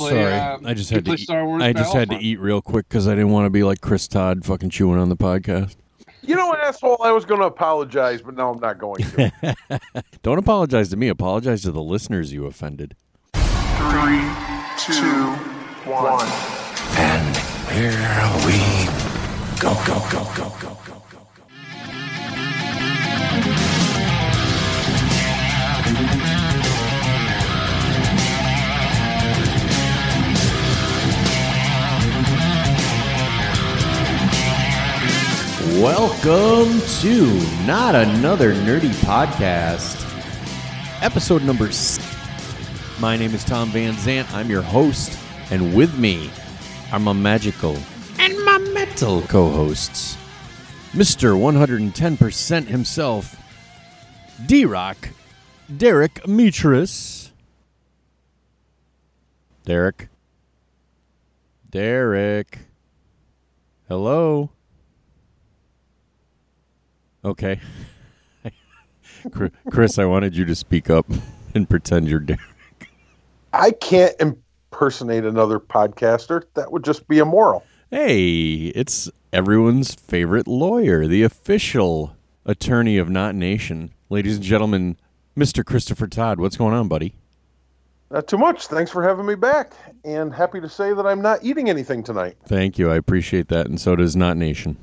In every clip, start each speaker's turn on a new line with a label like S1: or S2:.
S1: um,
S2: I just
S1: you
S2: had to
S1: play
S2: eat-
S1: Star Wars.
S2: I just had to
S1: Battlefront.
S2: eat real quick because I didn't want to be like Chris Todd fucking chewing on the podcast.
S3: You know, asshole, I was going to apologize, but now I'm not going to.
S2: Don't apologize to me. Apologize to the listeners you offended.
S4: Three, two, one.
S2: Welcome to Not Another Nerdy Podcast, episode number six. My name is Tom Van Zant. I'm your host, and with me are my magical and my metal co hosts, Mr. 110% himself, D Rock, Derek Mitris. Derek. Derek. Hello. Okay. Chr- Chris, I wanted you to speak up and pretend you're Derek.
S3: I can't impersonate another podcaster. That would just be immoral.
S2: Hey, it's everyone's favorite lawyer, the official attorney of Not Nation. Ladies and gentlemen, Mr. Christopher Todd, what's going on, buddy?
S3: Not too much. Thanks for having me back. And happy to say that I'm not eating anything tonight.
S2: Thank you. I appreciate that, and so does Not Nation.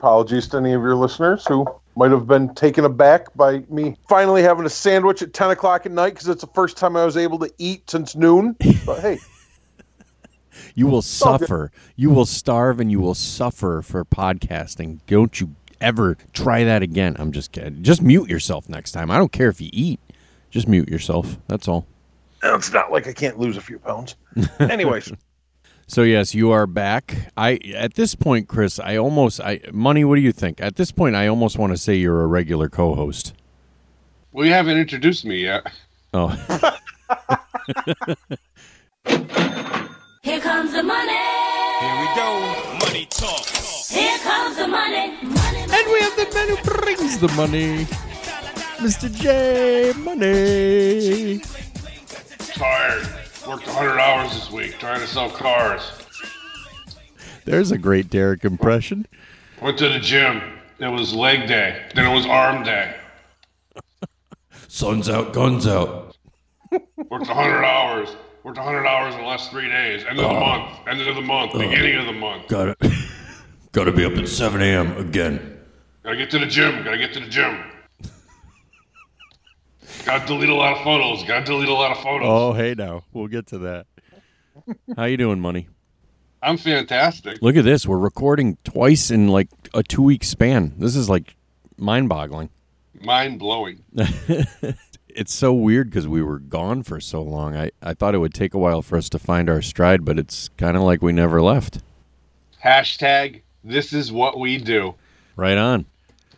S3: Apologies to any of your listeners who might have been taken aback by me finally having a sandwich at 10 o'clock at night because it's the first time I was able to eat since noon. But hey,
S2: You will
S3: all good.
S2: suffer. You will starve and you will suffer for podcasting. Don't you ever try that again. I'm just kidding. Just mute yourself next time. I don't care if you eat. Just mute yourself. That's all.
S3: it's not like I can't lose a few pounds. Anyways,
S2: So yes, you are back. I at this point, Chris, I almost I money, what do you think? At this point I almost want to say you're a regular co-host. e-
S1: Well, you haven't introduced me yet.
S2: Oh,
S5: Here comes the money. Here we go. Money talk. Here comes the money. Money, money.
S2: and we have the man who brings the money. Mr. J Money.
S1: Tired. Worked 100 hours this week trying to sell cars.
S2: There's a great Derek impression.
S1: Went to the gym. It was leg day. Then it was arm day.
S2: Sun's out, guns out.
S1: Worked 100 hours. Worked 100 hours in the last three days. End of
S2: Oh.
S1: the month. End of the month. Beginning of the month.
S2: Got it. Got to be up at 7 a.m. again.
S1: Gotta get to the gym. Gotta get to the gym. Gotta delete a lot of photos. Gotta delete a lot of photos.
S2: Oh, hey now. We'll get to that. How you doing, money?
S1: I'm fantastic.
S2: Look at this. We're recording twice in like a 2-week span. This is like mind-boggling.
S1: Mind blowing.
S2: it's so weird because we were gone for so long. I, I thought it would take a while for us to find our stride, but it's kind of like we never left.
S1: Hashtag this is what we do.
S2: Right on.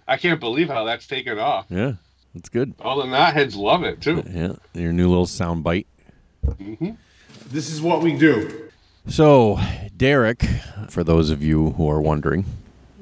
S1: I can't believe how that's taken off.
S2: Yeah, that's good.
S1: All the knotheads love it too.
S2: Yeah, your new little sound bite.
S6: This is what we do.
S2: So, Derek, for those of you who are wondering,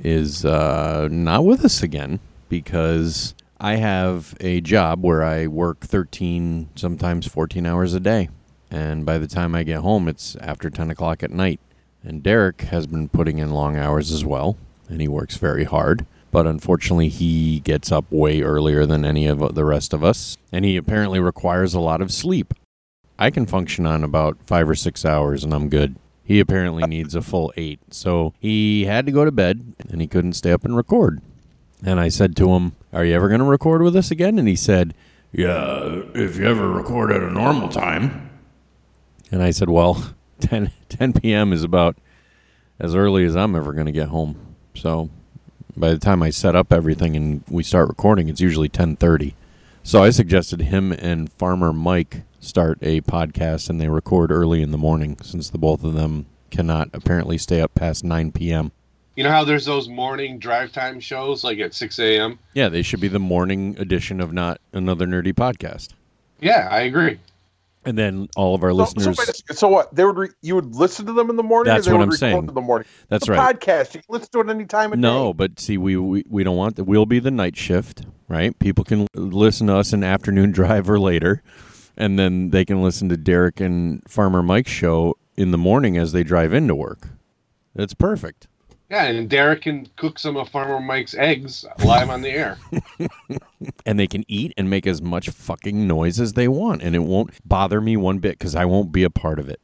S2: is uh, not with us again because I have a job where I work 13, sometimes 14 hours a day. And by the time I get home, it's after 10 o'clock at night. And Derek has been putting in long hours as well, and he works very hard. But unfortunately, he gets up way earlier than any of the rest of us, and he apparently requires a lot of sleep. I can function on about five or six hours and I'm good. He apparently needs a full eight. So he had to go to bed and he couldn't stay up and record. And I said to him, Are you ever going to record with us again? And he said, Yeah, if you ever record at a normal time. And I said, Well, 10, 10 p.m. is about as early as I'm ever going to get home. So by the time I set up everything and we start recording, it's usually 1030. So I suggested him and Farmer Mike start a podcast and they record early in the morning since the both of them cannot apparently stay up past 9 p.m.
S1: You know how there's those morning drive time shows like at 6 a.m.?
S2: Yeah, they should be the morning edition of not another nerdy podcast.
S1: Yeah, I agree.
S2: And then all of our
S3: Oh, so, so,
S2: listeners
S3: wait a second. So what? They would re- you would listen to them in the morning,
S2: That's
S3: or they
S2: what
S3: would
S2: I'm
S3: record
S2: saying.
S3: in the morning.
S2: That's
S3: It's a
S2: right.
S3: Podcast. You can listen to it any time of
S2: No,
S3: day.
S2: but see we, we we don't want that. We'll be the night shift, right? People can l- listen to us in afternoon drive or later and then they can listen to Derek and Farmer Mike's show in the morning as they drive into work. That's perfect.
S1: Yeah, and Derek can cook some of Farmer Mike's eggs live on the air.
S2: and they can eat and make as much fucking noise as they want, and it won't bother me one bit because I won't be a part of it.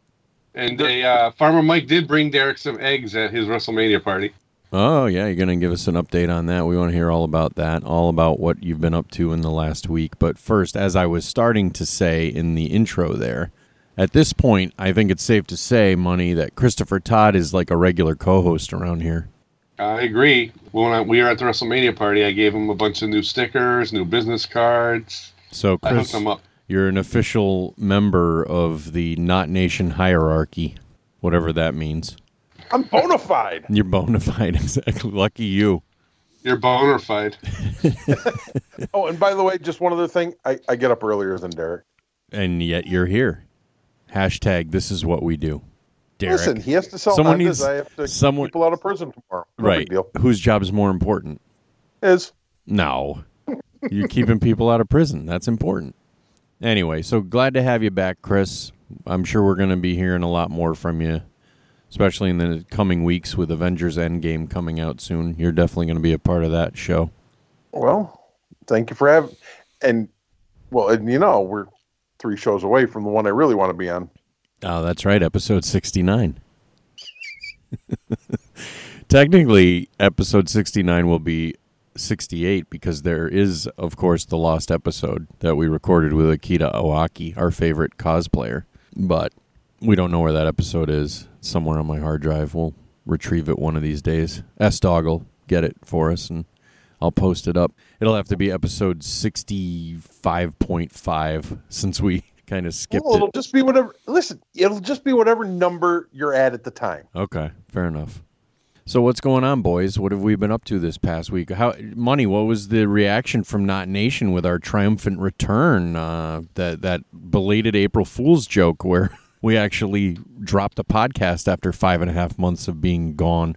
S1: And they, uh, Farmer Mike did bring Derek some eggs at his WrestleMania party.
S2: Oh yeah, you're gonna give us an update on that. We want to hear all about that, all about what you've been up to in the last week. But first, as I was starting to say in the intro there, at this point, I think it's safe to say, money, that Christopher Todd is like a regular co-host around here.
S1: I agree. When I, we were at the WrestleMania party, I gave him a bunch of new stickers, new business cards.
S2: So
S1: I hooked
S2: Chris,
S1: him up.
S2: you're an official member of the Not Nation hierarchy, whatever that means.
S3: I'm bona fide.
S2: You're bona fide, exactly. Lucky you.
S1: You're bona fide.
S3: Oh, and by the way, just one other thing. I, I get up earlier than Derek.
S2: And yet you're here. Hashtag this is what we do. Derek.
S3: Listen, he has to sell
S2: Someone
S3: Hondas.
S2: needs-
S3: I have to
S2: someone-
S3: keep people out of prison tomorrow. No
S2: right.
S3: Big deal.
S2: Whose job's more important?
S3: Is
S2: No. You're keeping people out of prison. That's important. Anyway, so glad to have you back, Chris. I'm sure we're going to be hearing a lot more from you, especially in the coming weeks with Avengers Endgame coming out soon. You're definitely going to be a part of that show.
S3: well, thank you for having. And well, and you know we're three shows away from the one I really want to be on.
S2: Oh, that's right. Episode 69. Technically, episode 69 will be 68 because there is, of course, the lost episode that we recorded with Akita Owaki, our favorite cosplayer. But we don't know where that episode is. It's somewhere on my hard drive. We'll retrieve it one of these days. S Dog will get it for us and I'll post it up. It'll have to be episode 65.5 since we kind of skipped
S3: Well,
S2: it.
S3: it'll just be whatever. Listen, it'll just be whatever number you're at at the time.
S2: Okay, fair enough. So what's going on, boys? What have we been up to this past week? How money? What was the reaction from Not Nation with our triumphant return? Uh, that that belated April Fool's joke where we actually dropped a podcast after five and a half months of being gone.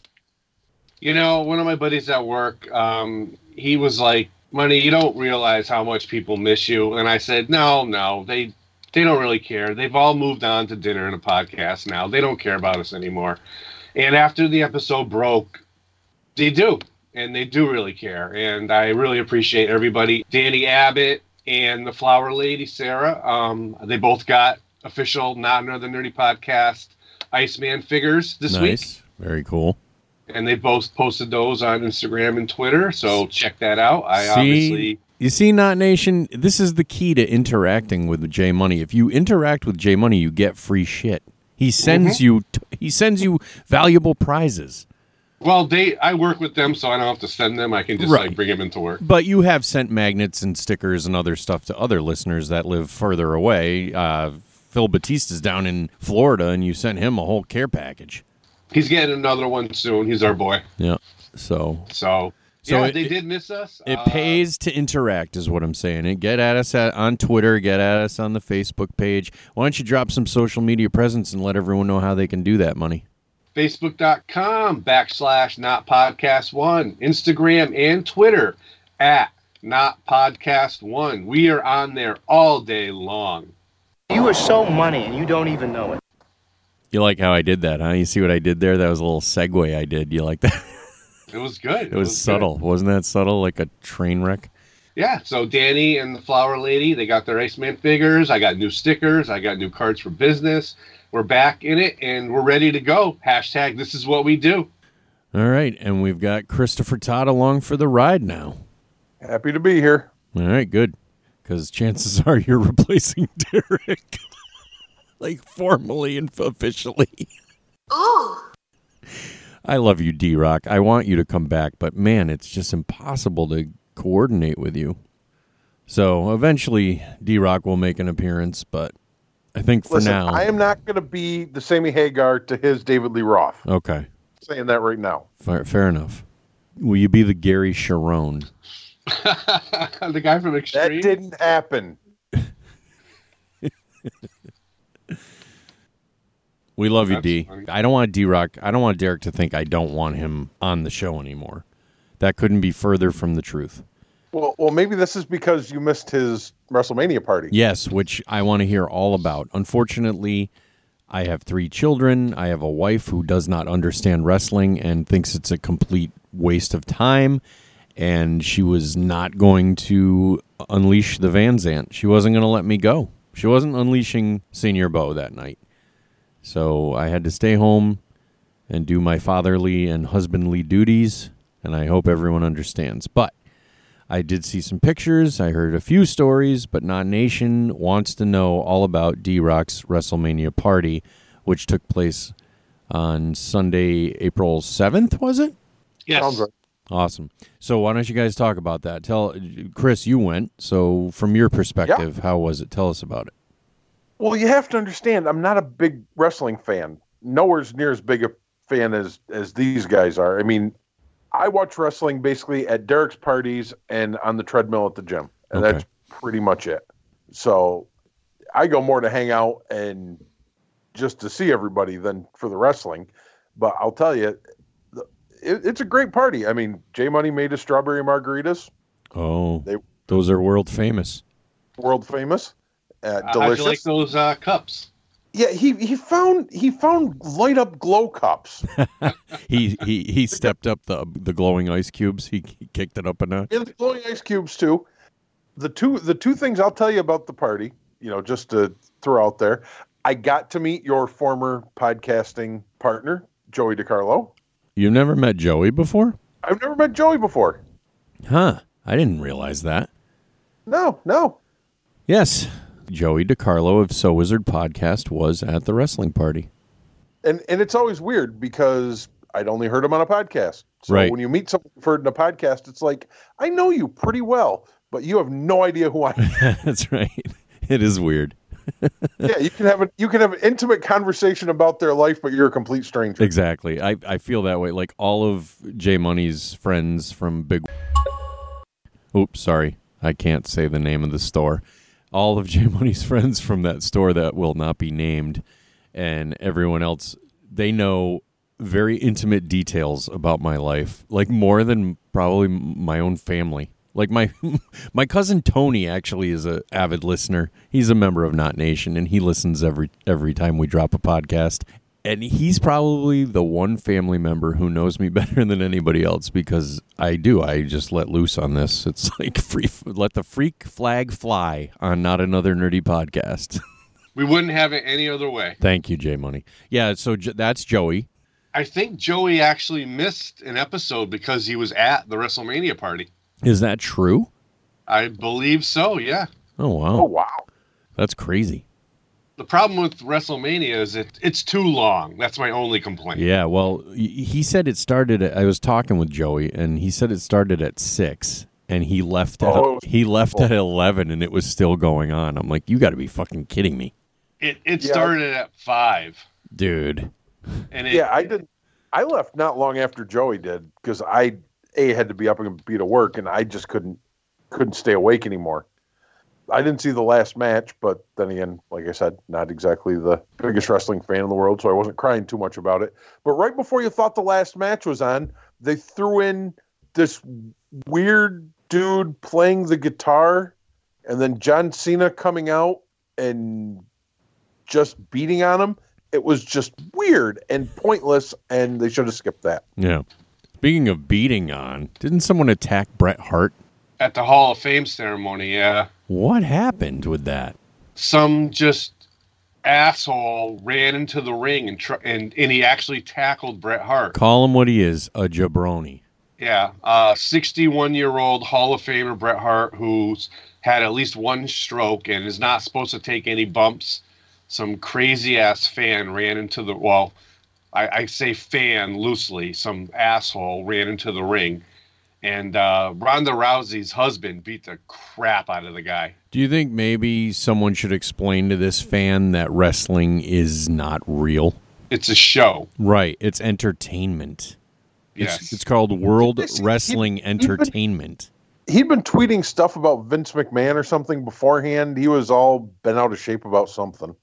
S1: You know, one of my buddies at work, um, he was like, "Money, you don't realize how much people miss you." And I said, "No, no, they they don't really care. They've all moved on to dinner and a podcast now. They don't care about us anymore." And after the episode broke, they do, and they do really care. And I really appreciate everybody, Danny Abbott and the Flower Lady Sarah. Um, they both got official Not Another Nerdy Podcast Iceman figures this week
S2: nice, very cool.
S1: and they both posted those on Instagram and Twitter. So check that out. I
S2: See?
S1: obviously
S2: You see, Not Nation, this is the key to interacting with J Money. If you interact with J Money, you get free shit. He sends
S1: Mm-hmm.
S2: you t- he sends you valuable prizes.
S1: well, they I work with them, so I don't have to send them. I can just
S2: Right.
S1: like bring them into work.
S2: But you have sent magnets and stickers and other stuff to other listeners that live further away. Uh, Phil Batista's down in Florida, and you sent him a whole care package.
S1: He's getting another one soon. He's our boy.
S2: Yeah. So
S1: So,
S2: So
S1: yeah,
S2: it-
S1: they
S2: it-
S1: did miss us.
S2: it
S1: Uh,
S2: pays to interact, is what I'm saying. And get at us at, on Twitter, get at us on the Facebook page. Why don't you drop some social media presence and let everyone know how they can do that money?
S1: Facebook.com backslash not podcast one, Instagram and Twitter at not podcast one. We are on there all day long.
S7: You are so money and you don't even know it.
S2: You like how I did that, huh? You see what I did there? That was a little segue I did. You like that?
S1: It was good.
S2: It was
S1: good.
S2: subtle. Wasn't that subtle? Like a train wreck?
S1: Yeah, so Danny and the Flower Lady, they got their Iceman figures. I got new stickers. I got new cards for business. We're back in it and we're ready to go. Hashtag this is what we do.
S2: All right, and we've got Christopher Todd along for the ride now.
S3: Happy to be here.
S2: All right, good. Because chances are you're replacing Derek, like formally and officially.
S3: Oh.
S2: I love you, D Rock. I want you to come back, but man, it's just impossible to coordinate with you. So eventually, D Rock will make an appearance, but I think for
S3: Listen,
S2: now.
S3: I am not going to be the Sammy Hagar to his David Lee Roth.
S2: okay,
S3: saying that right now.
S2: fair, fair enough. Will you be the Gary Sharon?
S1: the guy from
S3: That
S1: Extreme.
S3: didn't happen.
S2: We love you,
S1: That's
S2: D.
S1: funny.
S2: I don't want D Rock. I don't want Derek to think I don't want him on the show anymore. That couldn't be further from the truth.
S3: Well, well, maybe this is because you missed his WrestleMania party.
S2: Yes, which I want to hear all about. Unfortunately, I have three children. I have a wife who does not understand wrestling and thinks it's a complete waste of time. And she was not going to unleash the Van Zant. She wasn't going to let me go. She wasn't unleashing Senior Bo that night. So I had to stay home and do my fatherly and husbandly duties. And I hope everyone understands. But I did see some pictures. I heard a few stories, but Not Nation wants to know all about D Rock's WrestleMania party, which took place on Sunday, April 7th, was it?
S1: Yes.
S2: Awesome. So, why don't you guys talk about that? Tell Chris, you went. So, from your perspective, how was it? Tell us about it.
S3: Well, you have to understand, I'm not a big wrestling fan. Nowhere's near as big a fan as as these guys are. I mean, I watch wrestling basically at Derek's parties and on the treadmill at the gym, and
S2: Okay.
S3: that's pretty much it. So I go more to hang out and just to see everybody than for the wrestling. But I'll tell you, the- it, it's a great party. I mean, J Money made his strawberry margaritas,
S2: Oh,
S3: They-
S2: those are world famous.
S3: world famous, uh,
S1: Uh, How'd
S3: delicious.
S1: you like those uh, cups?
S3: yeah, he he found he found light up glow cups.
S2: He he he stepped up the the glowing ice cubes. He kicked it up a notch.
S3: Yeah, the glowing ice cubes too. The two the two things I'll tell you about the party, you know, just to throw out there, I got to meet your former podcasting partner, Joey DiCarlo.
S2: You've never met Joey before?
S3: I've never met Joey before.
S2: Huh. I didn't realize that.
S3: No, no.
S2: Yes. Joey DiCarlo of So Wizard Podcast was at the wrestling party.
S3: And and it's always weird because I'd only heard him on a podcast. So
S2: Right.
S3: when you meet someone you've heard in a podcast, it's like, I know you pretty well, but you have no idea who I am.
S2: That's right. It is weird.
S3: yeah, you can have a you can have an intimate conversation about their life, but you're a complete stranger.
S2: Exactly. I, I feel that way. Like all of J Money's friends from Big. Oops, sorry. I can't say the name of the store. All of J Money's friends from that store that will not be named, and everyone else, they know very intimate details about my life, like more than probably m- my own family. Like my my cousin Tony actually is a avid listener. He's a member of Not Nation and he listens every every time we drop a podcast. And he's probably the one family member who knows me better than anybody else because I do. I just let loose on this. It's like free let the freak flag fly on not another nerdy podcast.
S1: We wouldn't have it any other way.
S2: Thank you, Jay Money. Yeah, so J- that's Joey.
S1: I think Joey actually missed an episode because he was at the WrestleMania party.
S2: Is that true?
S1: I believe so, yeah.
S2: Oh wow.
S3: Oh wow.
S2: That's crazy.
S1: The problem with WrestleMania is it, it's too long. That's my only complaint.
S2: Yeah, well, y- he said it started. At, I was talking with Joey, and he said it started at six, and he left. At,
S3: Oh.
S2: he left at eleven, and it was still going on. I'm like, you got to be fucking kidding me,
S1: It, it
S3: Yeah.
S1: started at five,
S2: dude.
S1: and it,
S3: yeah, I did. I left not long after Joey did because I a had to be up and be to work, and I just couldn't couldn't stay awake anymore. I didn't see the last match, but then again, like I said, not exactly the biggest wrestling fan in the world, so I wasn't crying too much about it. But right before you thought the last match was on, they threw in this weird dude playing the guitar, and then John Cena coming out and just beating on him it was just weird and pointless, and they should have skipped that.
S2: Yeah. Speaking of beating on, didn't someone attack Bret Hart?
S1: at the Hall of Fame ceremony, yeah.
S2: What happened with that?
S1: some just asshole ran into the ring and tr- and and he actually tackled Bret Hart.
S2: Call him what he is, a jabroni.
S1: Yeah, uh, 61 year old Hall of Famer Bret Hart, who's had at least one stroke and is not supposed to take any bumps. Some crazy ass fan ran into the well. I, I say fan loosely. Some asshole ran into the ring, and uh, Ronda Rousey's husband beat the crap out of the guy.
S2: Do you think maybe someone should explain to this fan that wrestling is not real?
S1: It's a show.
S2: Right, it's entertainment.
S1: Yes,
S2: It's, it's called World
S3: Listen,
S2: Wrestling Entertainment.
S3: He'd been tweeting stuff about Vince McMahon or something beforehand. He was all bent out of shape about something.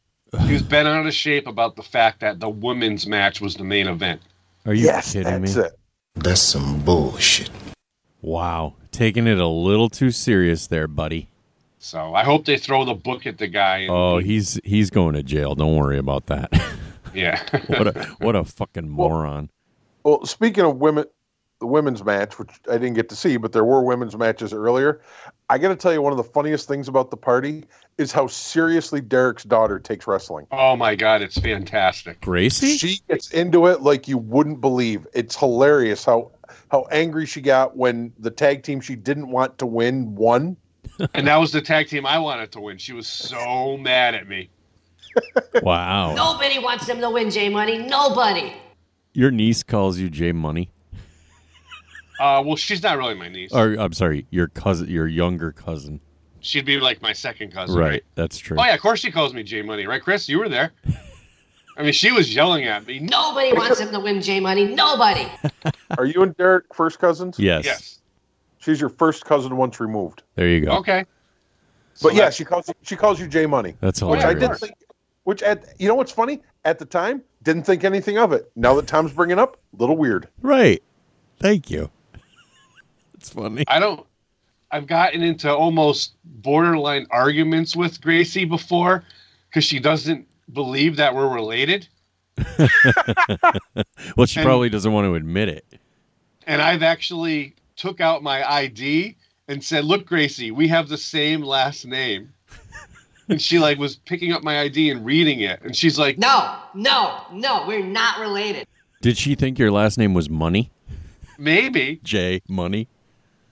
S1: He was bent out of shape about the fact that the women's match was the main event.
S2: Are you
S3: yes,
S2: kidding
S3: that's
S2: me?
S3: it.
S8: That's some bullshit.
S2: Wow. Taking it a little too serious there, buddy.
S1: So I hope they throw the book at the guy. And
S2: Oh, he's he's going to jail. Don't worry about that.
S1: Yeah.
S2: what a what a fucking moron.
S3: Well, speaking of women, the women's match, which I didn't get to see, but there were women's matches earlier. I got to tell you, one of the funniest things about the party is how seriously Derek's daughter takes wrestling.
S1: Oh my god, it's fantastic.
S2: Gracie?
S3: She gets into it like you wouldn't believe. It's hilarious how how angry she got when the tag team she didn't want to win won.
S1: And that was the tag team I wanted to win. She was so mad at me.
S2: Wow.
S9: Nobody wants them to win, J Money. Nobody.
S2: Your niece calls you J Money.
S1: Uh, well, she's not really my niece.
S2: Or I'm sorry, your cousin your younger cousin.
S1: She'd be like my second cousin, right?
S2: Right, that's true.
S1: Oh yeah, of course she calls me J Money, right, Chris? You were there. I mean, she was yelling at me. No,
S9: Nobody wants them to win, J Money. Nobody.
S3: Are you and Derek first cousins?
S2: Yes.
S1: yes,
S3: She's your first cousin once removed.
S2: There you go.
S1: okay.
S3: But yeah,
S1: that's-
S3: she calls you, she calls you J Money.
S2: That's all
S1: Oh,
S3: Which
S2: I
S3: I didn't
S2: remember.
S3: think. Which at you know what's funny at the time didn't think anything of it. Now that Tom's bringing up, a little weird.
S2: Right. Thank you. It's funny.
S1: I don't. I've gotten into almost borderline arguments with Gracie before because she doesn't believe that we're related,
S2: Well, she
S1: And-
S2: probably doesn't want to admit it.
S1: and I've actually took out my ID and said, "Look, Gracie, we have the same last name." and she like was picking up my ID and reading it, and she's like,
S9: No, no, no. We're not related.
S2: Did she think your last name was Money?
S1: "Maybe."
S2: J Money?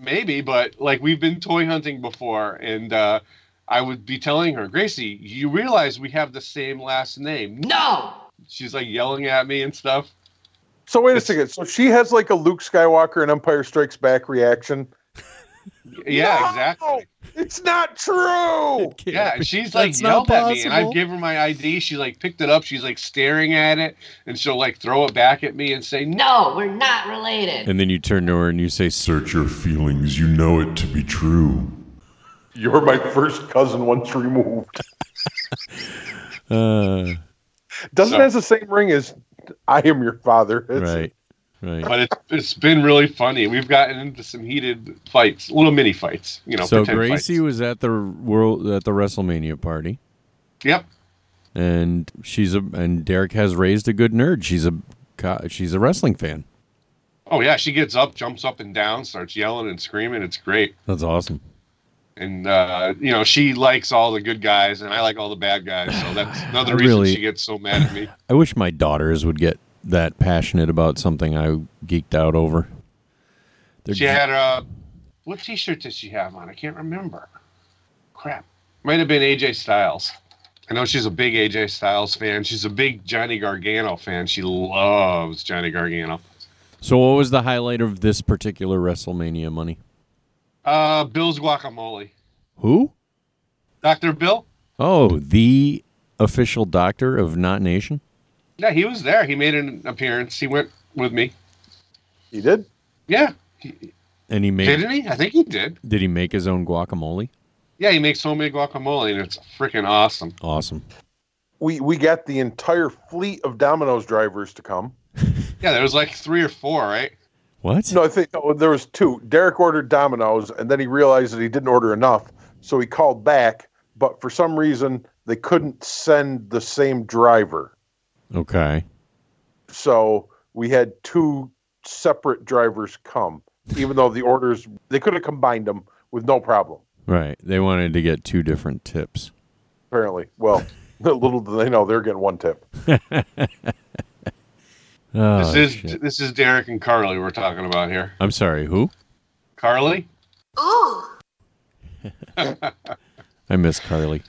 S1: maybe but like we've been toy hunting before and uh i would be telling her gracie you realize we have the same last name
S9: No.
S1: she's like yelling at me and stuff
S3: So wait a second. So she has like a Luke Skywalker and Empire Strikes Back reaction.
S1: yeah
S3: No!
S1: exactly
S3: It's not true.
S1: yeah and she's like
S2: That's
S1: yelled
S2: not
S1: at me and i
S2: possible.
S1: give her my id she like picked it up she's like staring at it and she'll like throw it back at me and say no
S9: No, we're not related.
S2: And then you turn to her and you say, Search your feelings. You know it to be true.
S3: You're my first cousin once removed.
S2: Uh,
S3: Doesn't
S1: So-
S3: has the same ring as I am your father. It's-
S2: right. Right.
S1: but it's it's been really funny we've gotten into some heated fights little mini fights you know
S2: So
S1: pretend
S2: Gracie
S1: fights.
S2: was at the world at the WrestleMania party,
S1: yep
S2: and she's a and Derek has raised a good nerd. She's a co- she's a wrestling fan.
S1: oh yeah she gets up jumps up and down starts yelling and screaming it's great
S2: That's awesome.
S1: and uh, you know she likes all the good guys and I like all the bad guys. So that's another
S2: I
S1: reason
S2: really-
S1: she gets so mad at me.
S2: I wish my daughters would get that passionate about something I geeked out over. They're
S1: She had a what T-shirt did she have on? I can't remember. Crap, might have been AJ Styles. I know she's a big AJ Styles fan. She's a big Johnny Gargano fan. She loves Johnny Gargano.
S2: So, what was the highlight of this particular WrestleMania money?
S1: Uh, Bill's guacamole.
S2: Who?
S1: Doctor Bill.
S2: Oh, the official doctor of Not Nation.
S1: Yeah, he was there. He made an appearance. He went with me.
S3: He did.
S1: Yeah, he-
S2: And he made
S1: didn't he? I think he did.
S2: did he make his own guacamole?
S1: Yeah, he makes homemade guacamole, and it's freaking awesome.
S2: Awesome.
S3: We we got the entire fleet of Domino's drivers to come.
S1: Yeah, there was like three or four, right?
S2: What?
S3: No, I think oh, there was two. Derek ordered Domino's, and then he realized that he didn't order enough, so he called back. But for some reason, they couldn't send the same driver,
S2: Okay.
S3: so we had two separate drivers come, even though the orders they could have combined them with no problem.
S2: Right. They wanted to get two different tips.
S3: Apparently, well, little do they know they're getting one tip.
S2: Oh,
S1: This is
S2: shit.
S1: this is Derek and Carly we're talking about here.
S2: I'm sorry. Who?
S1: Carly.
S9: Ooh.
S2: I miss Carly.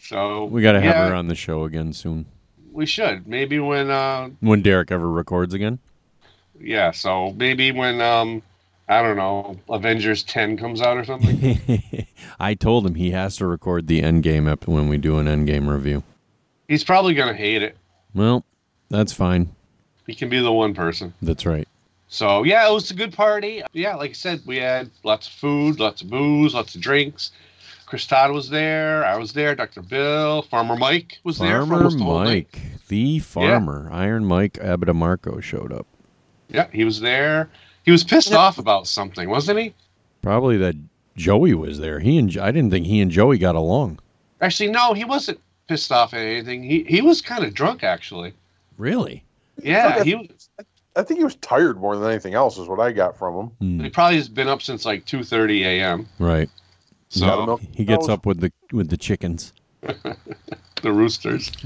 S1: So
S2: We got to have
S1: yeah,
S2: her on the show again soon.
S1: We should maybe when uh
S2: When Derek ever records again.
S1: yeah. So maybe when um I don't know Avengers ten comes out or something.
S2: I told him he has to record the Endgame up when we do an Endgame review.
S1: He's probably gonna hate it.
S2: Well, that's fine.
S1: He can be the one person.
S2: That's right.
S1: So yeah, it was a good party. Yeah, like I said, we had lots of food, lots of booze, lots of drinks. Chris Todd was there. I was there. Dr. Bill, Farmer Mike was there. for
S2: Farmer
S1: almost the whole night.
S2: Mike, the farmer, Iron Mike Abadamarco showed up.
S1: Yeah, he was there. He was pissed off about something, wasn't he?
S2: Probably that Joey was there. He and I didn't think he and Joey got along.
S1: Actually, no, he wasn't pissed off at anything. He he was kind of drunk actually.
S2: Really?
S1: Yeah, he was-
S3: I think he was tired more than anything else, is what I got from him.
S1: he probably has been up since like two thirty a.m.
S2: Right.
S3: Gotta
S1: So
S3: milk
S2: He gets
S3: cows.
S2: up with the with the chickens.
S1: the roosters.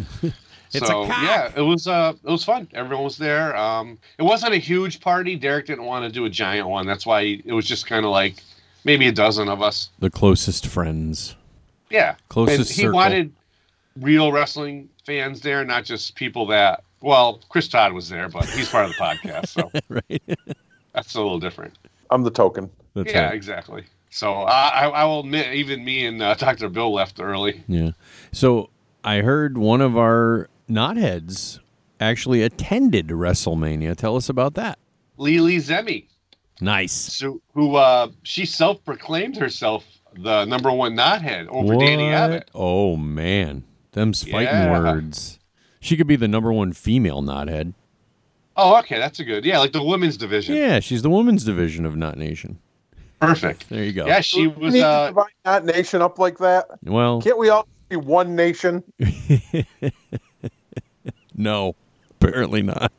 S2: It's
S1: so
S2: a cock.
S1: yeah, it was uh it was fun. Everyone was there. Um, it wasn't a huge party. Derek didn't want to do a giant one. That's why it was just kind of like maybe a dozen of us.
S2: The closest friends.
S1: Yeah,
S2: Closest
S1: And he
S2: circle.
S1: wanted real wrestling fans there, not just people that. Well, Chris Todd was there, but he's part of the podcast, so
S2: Right.
S1: that's a little different.
S3: I'm the token.
S2: That's
S1: yeah,
S2: right.
S1: exactly. So I, I, I will admit, even me and uh, Doctor Bill left early.
S2: Yeah. So I heard one of our knotheads actually attended WrestleMania. Tell us about that.
S1: Lily Zemi,
S2: Nice.
S1: so, who uh, she self-proclaimed herself the number one knothead over Danny Abbott.
S2: Oh man, them's fighting
S1: Yeah.
S2: words. She could be the number one female knothead.
S1: Oh, okay, that's a good. Yeah, like the women's division.
S2: Yeah, she's the women's division of Knot Nation.
S1: Perfect.
S2: There you go.
S1: Yeah, she was.
S3: Need to
S1: Uh,
S3: divide that nation up like that.
S2: Well,
S3: Can't we all be one nation?
S2: no, apparently not.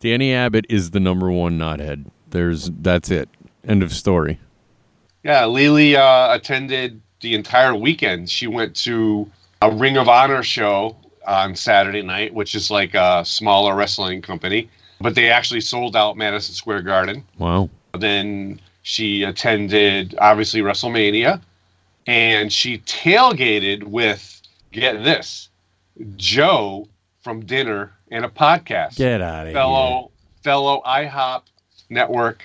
S2: Danny Abbott is the number one knothead. There's that's it. End of story.
S1: yeah, Lily uh, attended the entire weekend. She went to a Ring of Honor show on Saturday night, which is like a smaller wrestling company, but they actually sold out Madison Square Garden.
S2: Wow.
S1: Then she attended, obviously, WrestleMania, and she tailgated with, get this, Joe from Dinner and a podcast.
S2: Get out of
S1: fellow, fellow IHOP network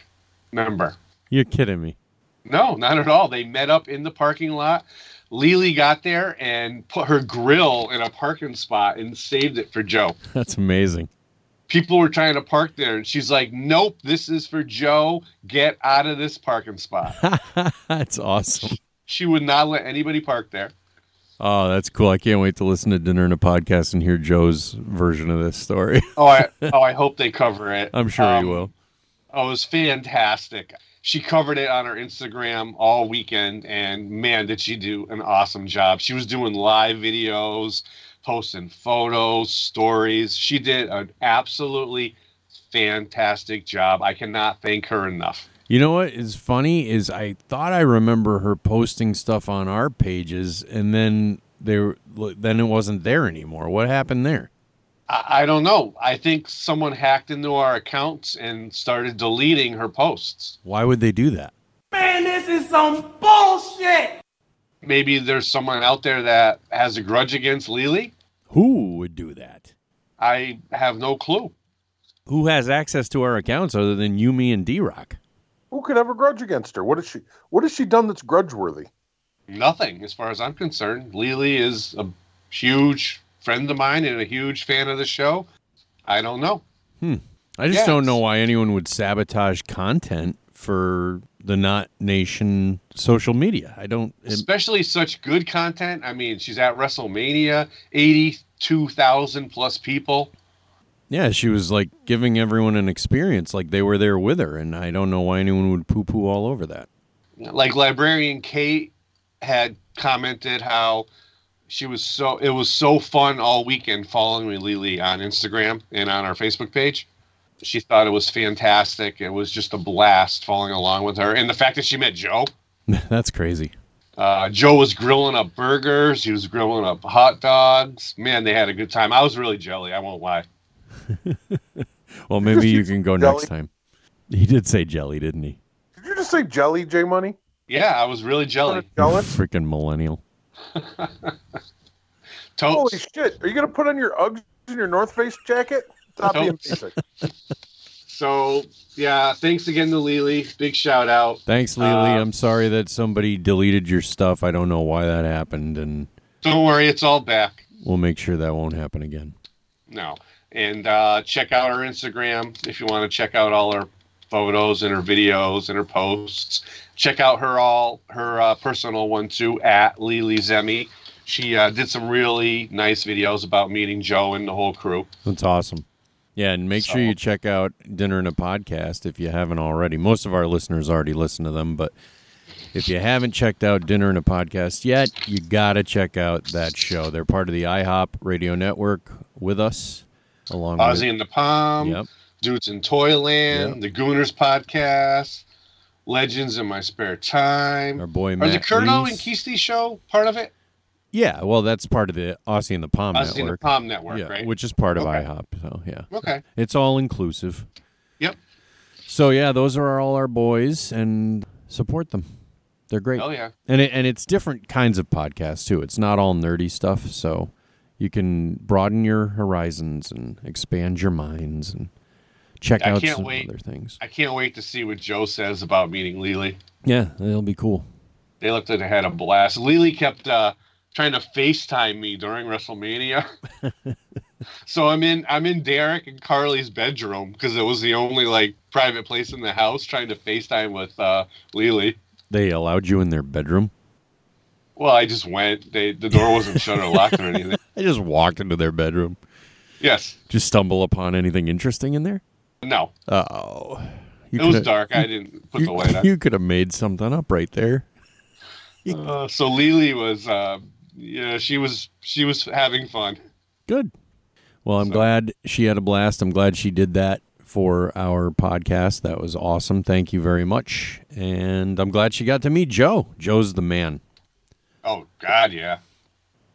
S1: member.
S2: here. You're kidding me.
S1: No, not at all. They met up in the parking lot. Lily got there and put her grill in a parking spot and saved it for Joe.
S2: That's amazing.
S1: People were trying to park there, and she's like, "Nope, this is for Joe. Get out of this parking spot."
S2: that's awesome.
S1: She would not let anybody park there.
S2: Oh, that's cool. I can't wait to listen to dinner and a podcast and hear Joe's version of this story.
S1: Oh, I oh, I hope they cover it.
S2: I'm sure
S1: Um,
S2: he will.
S1: Oh, it was fantastic. She covered it on her Instagram all weekend, and man, did she do an awesome job. She was doing live videos, posting photos, stories. She did an absolutely fantastic job. I cannot thank her enough.
S2: You know what is funny is I thought I remember her posting stuff on our pages, and then they were, then it wasn't there anymore. What happened there?
S1: I, I don't know. I think someone hacked into our accounts and started deleting her posts.
S2: Why would they do that?
S1: Maybe there's someone out there that has a grudge against Lily.
S2: Who would do that?
S1: I have no clue.
S2: Who has access to our accounts other than you, me, and D Rock?
S3: Who could have a grudge against her? What has she? What has she done that's grudgeworthy?
S1: nothing as far as I'm concerned. Lily is a huge friend of mine and a huge fan of the show. I don't know.
S2: I just
S1: Yes.
S2: don't know why anyone would sabotage content for the Not Nation social media. I don't. it-
S1: Especially such good content. I mean, she's at WrestleMania, 82,000 plus people.
S2: yeah, she was like giving everyone an experience, like they were there with her, and I don't know why anyone would poo poo all over that.
S1: Like librarian Kate had commented how she was so it was so fun all weekend following Lily on Instagram and on our Facebook page. She thought it was fantastic. It was just a blast following along with her. And the fact that she met Joe,
S2: That's crazy.
S1: Uh, Joe was grilling up burgers. He was grilling up hot dogs. Man, they had a good time. I was really jelly. I won't lie.
S2: Well, maybe you can go
S3: Jelly?
S2: next time. He did say jelly, didn't he?
S3: Did you just say jelly, J Money?
S1: Yeah, I was really jelly.
S3: Jelly?
S2: Freaking millennial.
S3: Holy
S1: Totes.
S3: shit! Are you gonna put on your Uggs and your North Face jacket? Stop
S1: Nope.
S3: being basic.
S1: So yeah, thanks again to Lily. Big shout out.
S2: Thanks, Lily.
S1: Uh,
S2: I'm sorry that somebody deleted your stuff. I don't know why that happened, and
S1: Don't worry, it's all back
S2: we'll make sure that won't happen again.
S1: now. And uh, check out her Instagram if you want to check out all her photos and her videos and her posts. Check out her all her uh, personal one too at Lily Zemi. She uh, did some really nice videos about meeting Joe and the whole crew.
S2: That's awesome. Yeah, and make
S1: So-
S2: sure you check out Dinner and a Podcast if you haven't already. Most of our listeners already listen to them, but if you haven't checked out Dinner and a Podcast yet, you got to check out that show. They're part of the IHOP Radio Network with us. Along
S1: Ozzy and the Palm,
S2: with, yep.
S1: Dudes in Toyland,
S2: Yep.
S1: the Gooners podcast, Legends in My Spare Time.
S2: Our boy
S1: Are
S2: Matt
S1: the Kurno
S2: Reese.
S1: and Keasty show part of it?
S2: Yeah, well, that's part of the Aussie and the Palm
S1: Ozzy and the
S2: network.
S1: Palm Network,
S2: yeah,
S1: right?
S2: which is part of
S1: Okay.
S2: IHOP. So yeah,
S1: okay.
S2: it's all inclusive.
S1: Yep.
S2: So yeah, those are all our boys, and support them. They're great.
S1: Oh yeah.
S2: And it, and it's different kinds of podcasts too. It's not all nerdy stuff, so you can broaden your horizons and expand your minds and check
S1: I
S2: out
S1: can't
S2: some
S1: wait.
S2: other things.
S1: I can't wait to see what Joe says about meeting Lily.
S2: Yeah, it'll be cool.
S1: They looked like they had a blast. Lily kept uh, trying to FaceTime me during WrestleMania. so I'm in I'm in Derek and Carly's bedroom because it was the only like private place in the house trying to FaceTime with uh, Lily.
S2: They allowed you in their bedroom.
S1: Well, I just went. They the door wasn't shut or locked or anything.
S2: I just walked into their bedroom.
S1: Yes.
S2: Just stumble upon anything interesting in there.
S1: No.
S2: Oh, you
S1: It was
S2: coulda-
S1: dark. I didn't put the
S2: You,
S1: light on.
S2: could have made something up right there.
S1: Uh, so Lily was uh, yeah, she was she was having fun.
S2: Good. Well, I'm
S1: So-
S2: glad she had a blast. I'm glad she did that for our podcast. That was awesome. Thank you very much. And I'm glad she got to meet Joe. Joe's the man.
S1: Oh God, yeah.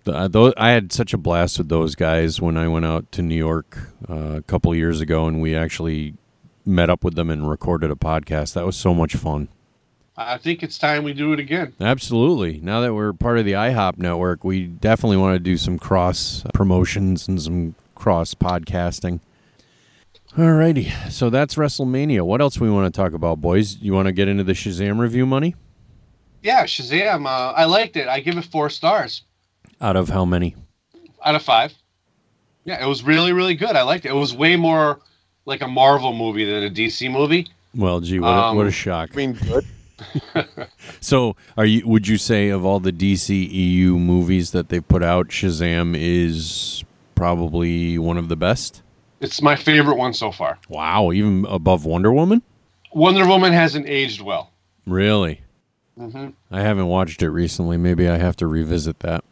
S2: The, uh, tho- I had such a blast with those guys when I went out to New York uh, a couple years ago, and we actually met up with them and recorded a podcast. That was so much fun.
S1: I think it's time we do it again.
S2: Absolutely. Now that we're part of the IHOP network, we definitely want to do some cross uh, promotions and some cross podcasting. Alrighty. So that's WrestleMania. What else we want to talk about, boys? You want to get into the Shazam review money?
S1: Yeah, Shazam. Uh, I liked it. I give it four stars.
S2: Out of how many?
S1: out of five. Yeah, it was really, really good. I liked it. It was way more like a Marvel movie than a DC movie.
S2: Well, gee, what, a,
S1: Um,
S2: what a shock.
S3: I mean, good.
S2: So, are you would you say of all the DCEU movies that they've put out, Shazam is probably one of the best?
S1: It's my favorite one so far.
S2: Wow, even above Wonder Woman?
S1: Wonder Woman hasn't aged well.
S2: Really?
S1: hmm
S2: I haven't watched it recently. Maybe I have to revisit that.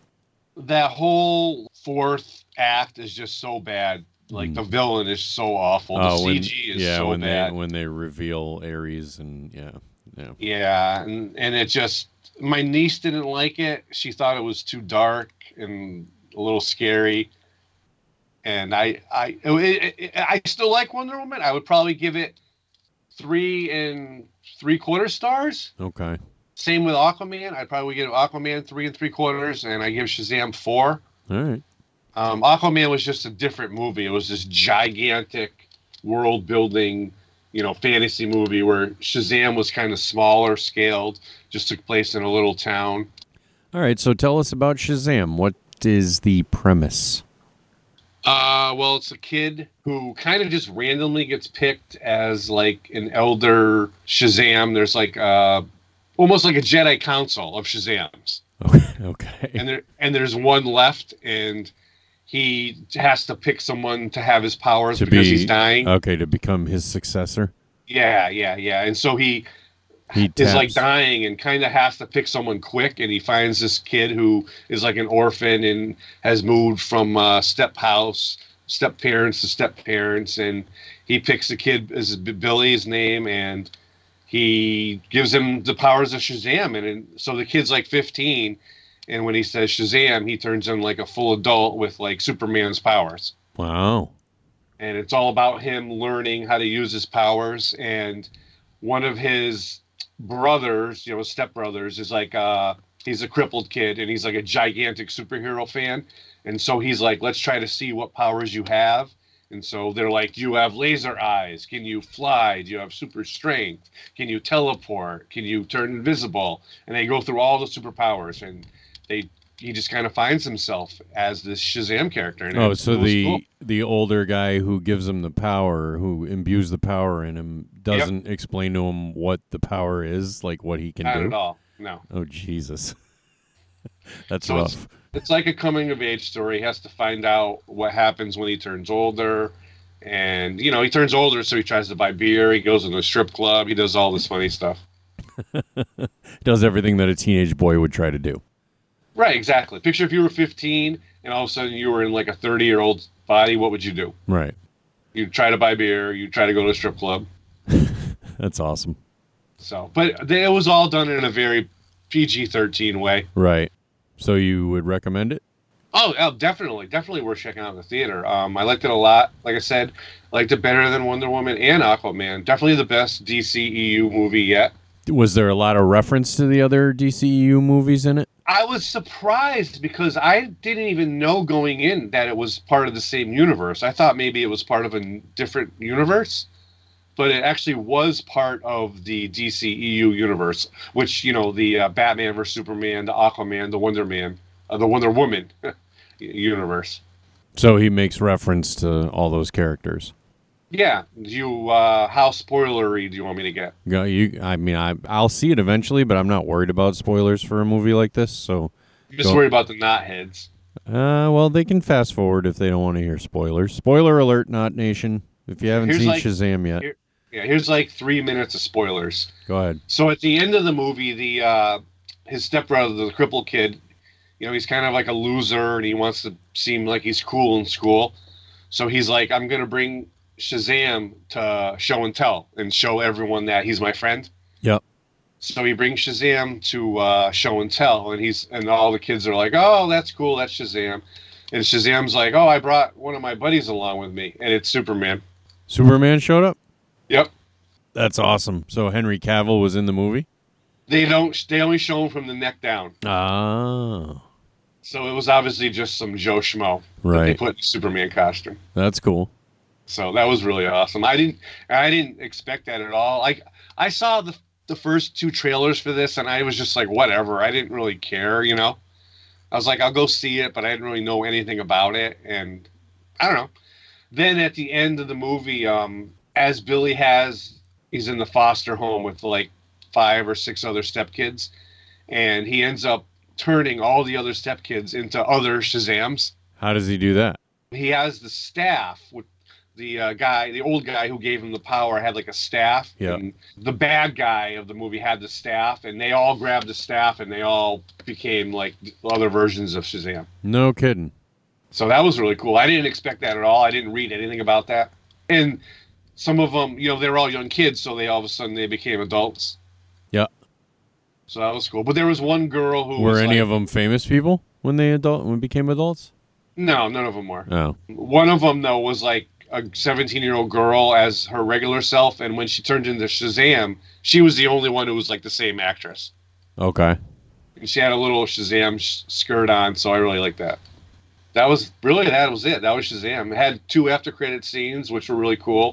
S1: That whole fourth act is just so bad. Like the villain is so awful. The
S2: Hmm. Oh,
S1: CG
S2: when-
S1: is
S2: yeah,
S1: so
S2: when
S1: bad.
S2: they when they reveal Ares and yeah, yeah.
S1: Yeah, and and it just my niece didn't like it. She thought it was too dark and a little scary. And I I it, it, I still like Wonder Woman. I would probably give it three and three quarter stars.
S2: Okay.
S1: Same with Aquaman. I'd probably give Aquaman three and three quarters, and I give Shazam four.
S2: All right.
S1: Um, Aquaman was just a different movie. It was this gigantic world building, you know, fantasy movie where Shazam was kind of smaller scaled, just took place in a little town.
S2: All right, so tell us about Shazam. What is the premise?
S1: Uh, well, it's a kid who kind of just randomly gets picked as like an elder Shazam. There's like uh, almost like a Jedi Council of Shazams.
S2: Okay.
S1: and there and there's one left, and he has to pick someone to have his powers
S2: To
S1: because
S2: be- uh,
S1: he's dying.
S2: Okay, to become his successor.
S1: yeah, yeah, yeah. And so he
S2: He
S1: is like
S2: taps-
S1: dying and kind of has to pick someone quick, and he finds this kid who is like an orphan and has moved from uh, step house, step parents to step parents, and he picks the kid as B- Billy's name and. He gives him the powers of Shazam, and, and so the kid's like 15, and when he says Shazam, he turns in like a full adult with like Superman's powers.
S2: Wow.
S1: And it's all about him learning how to use his powers. And one of his brothers, you know, stepbrothers, is like uh he's a crippled kid and he's like a gigantic superhero fan. And so he's like, let's try to see what powers you have. And so they're like, you have laser eyes. Can you fly? Do you have super strength? Can you teleport? Can you turn invisible? And they go through all the superpowers and they he just kind of finds himself as this Shazam character. And
S2: Oh,
S1: it-
S2: so
S1: it was
S2: the
S1: cool.
S2: the older guy who gives him the power, who imbues the power in him, doesn't explain to him what the power is, like what he can
S1: not
S2: do.
S1: at all. No.
S2: Oh Jesus. That's
S1: So it's-
S2: rough.
S1: it's like a coming of age story. He has to find out what happens when he turns older. And, you know, he turns older, so he tries to buy beer. He goes in a strip club. He does all this funny stuff.
S2: Does everything that a teenage boy would try to do.
S1: Right, exactly. Picture if you were 15 and all of a sudden you were in like a 30 year old body, what would you do?
S2: Right.
S1: You try to buy beer. You try to go to a strip club.
S2: That's awesome.
S1: So, but they, it was all done in a very PG thirteen way.
S2: Right. So you would recommend it?
S1: Oh, oh, definitely, definitely worth checking out in the theater. Um, I liked it a lot. Like I said, liked it better than Wonder Woman and Aquaman. Definitely the best DCEU movie yet.
S2: Was there a lot of reference to the other DCEU movies in it?
S1: I was surprised because I didn't even know going in that it was part of the same universe. I thought maybe it was part of a n- different universe, but it actually was part of the DCEU universe, which, you know, the uh, Batman versus Superman, the Aquaman, the Wonder Man, uh, the Wonder Woman universe.
S2: So he makes reference to all those characters.
S1: Yeah, you. Uh, how spoilery do you want me to get?
S2: Go- You, I mean, I, I'll see it eventually, but I'm not worried about spoilers for a movie like this. So,
S1: I'm just
S2: Go.
S1: worried about the knotheads.
S2: uh, well, they can fast forward if they don't want to hear spoilers. Spoiler alert, not nation. If you haven't
S1: Here's
S2: seen
S1: like-
S2: Shazam yet,
S1: here- Yeah, here's like three minutes of spoilers.
S2: go ahead.
S1: So at the end of the movie, the uh, his stepbrother, the crippled kid, you know, he's kind of like a loser and he wants to seem like he's cool in school. So he's like, I'm gonna bring Shazam to show and tell and show everyone that he's my friend.
S2: Yep.
S1: So he brings Shazam to uh, show and tell, and he's and all the kids are like, "Oh, that's cool, that's Shazam," and Shazam's like, "Oh, I brought one of my buddies along with me, and it's Superman."
S2: Superman showed up.
S1: Yep.
S2: That's awesome. So Henry Cavill was in the movie.
S1: They don't. They only show him from the neck down.
S2: Ah,
S1: So it was obviously just some Joe Schmo that they
S2: right.
S1: put in a Superman costume.
S2: That's cool.
S1: So that was really awesome. I didn't I didn't expect that at all. Like I saw the the first two trailers for this and I was just like whatever. I didn't really care, you know. I was like I'll go see it, but I didn't really know anything about it and I don't know. Then at the end of the movie um as Billy has he's in the foster home with like five or six other stepkids and he ends up turning all the other stepkids into other Shazams
S2: How does he do that?
S1: he has the staff with the uh, guy, the old guy who gave him the power had like a staff.
S2: Yeah.
S1: And the bad guy of the movie had the staff, and they all grabbed the staff, and they all became like other versions of Shazam.
S2: No kidding.
S1: So that was really cool. I didn't expect that at all. I didn't read anything about that. And some of them, you know, they were all young kids, so they all of a sudden they became adults.
S2: Yeah.
S1: So that was cool. But there was one girl who
S2: Were
S1: was
S2: any
S1: like-
S2: of them famous people when they adult when became adults?
S1: no, none of them were.
S2: Oh,
S1: One of them though was like a 17 year old girl as her regular self, and when she turned into Shazam, she was the only one who was like the same actress.
S2: okay.
S1: And she had a little Shazam sh- skirt on, so I really like that. That was really that was it. That was Shazam. It had two after credit scenes, which were really cool.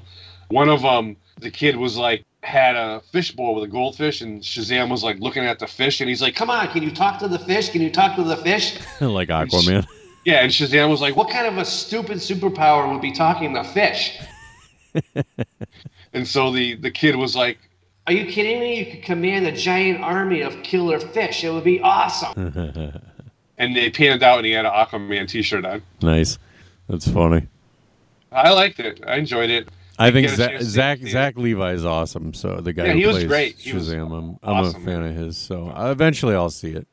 S1: One of them, the kid was like had a fishbowl with a goldfish, and Shazam was like looking at the fish, and he's like, "Come on, can you talk to the fish? Can you talk to the fish?"
S2: like Aquaman.
S1: Yeah, and Shazam was like, "What kind of a stupid superpower would be talking to fish?" and so the the kid was like,
S7: Are you kidding me? You could command a giant army of killer fish. It would be awesome.
S1: and they panned out, and he had an Aquaman T-shirt on.
S2: nice. That's funny.
S1: I liked it. I enjoyed it.
S2: I think
S1: get a
S2: Zach
S1: chance to
S2: Zach,
S1: see it.
S2: Zach Levi is awesome. So the guy
S1: Yeah,
S2: who
S1: he was
S2: plays
S1: great. He
S2: Shazam,
S1: was
S2: I'm, I'm
S1: awesome,
S2: a fan of his. So uh, eventually I'll see it.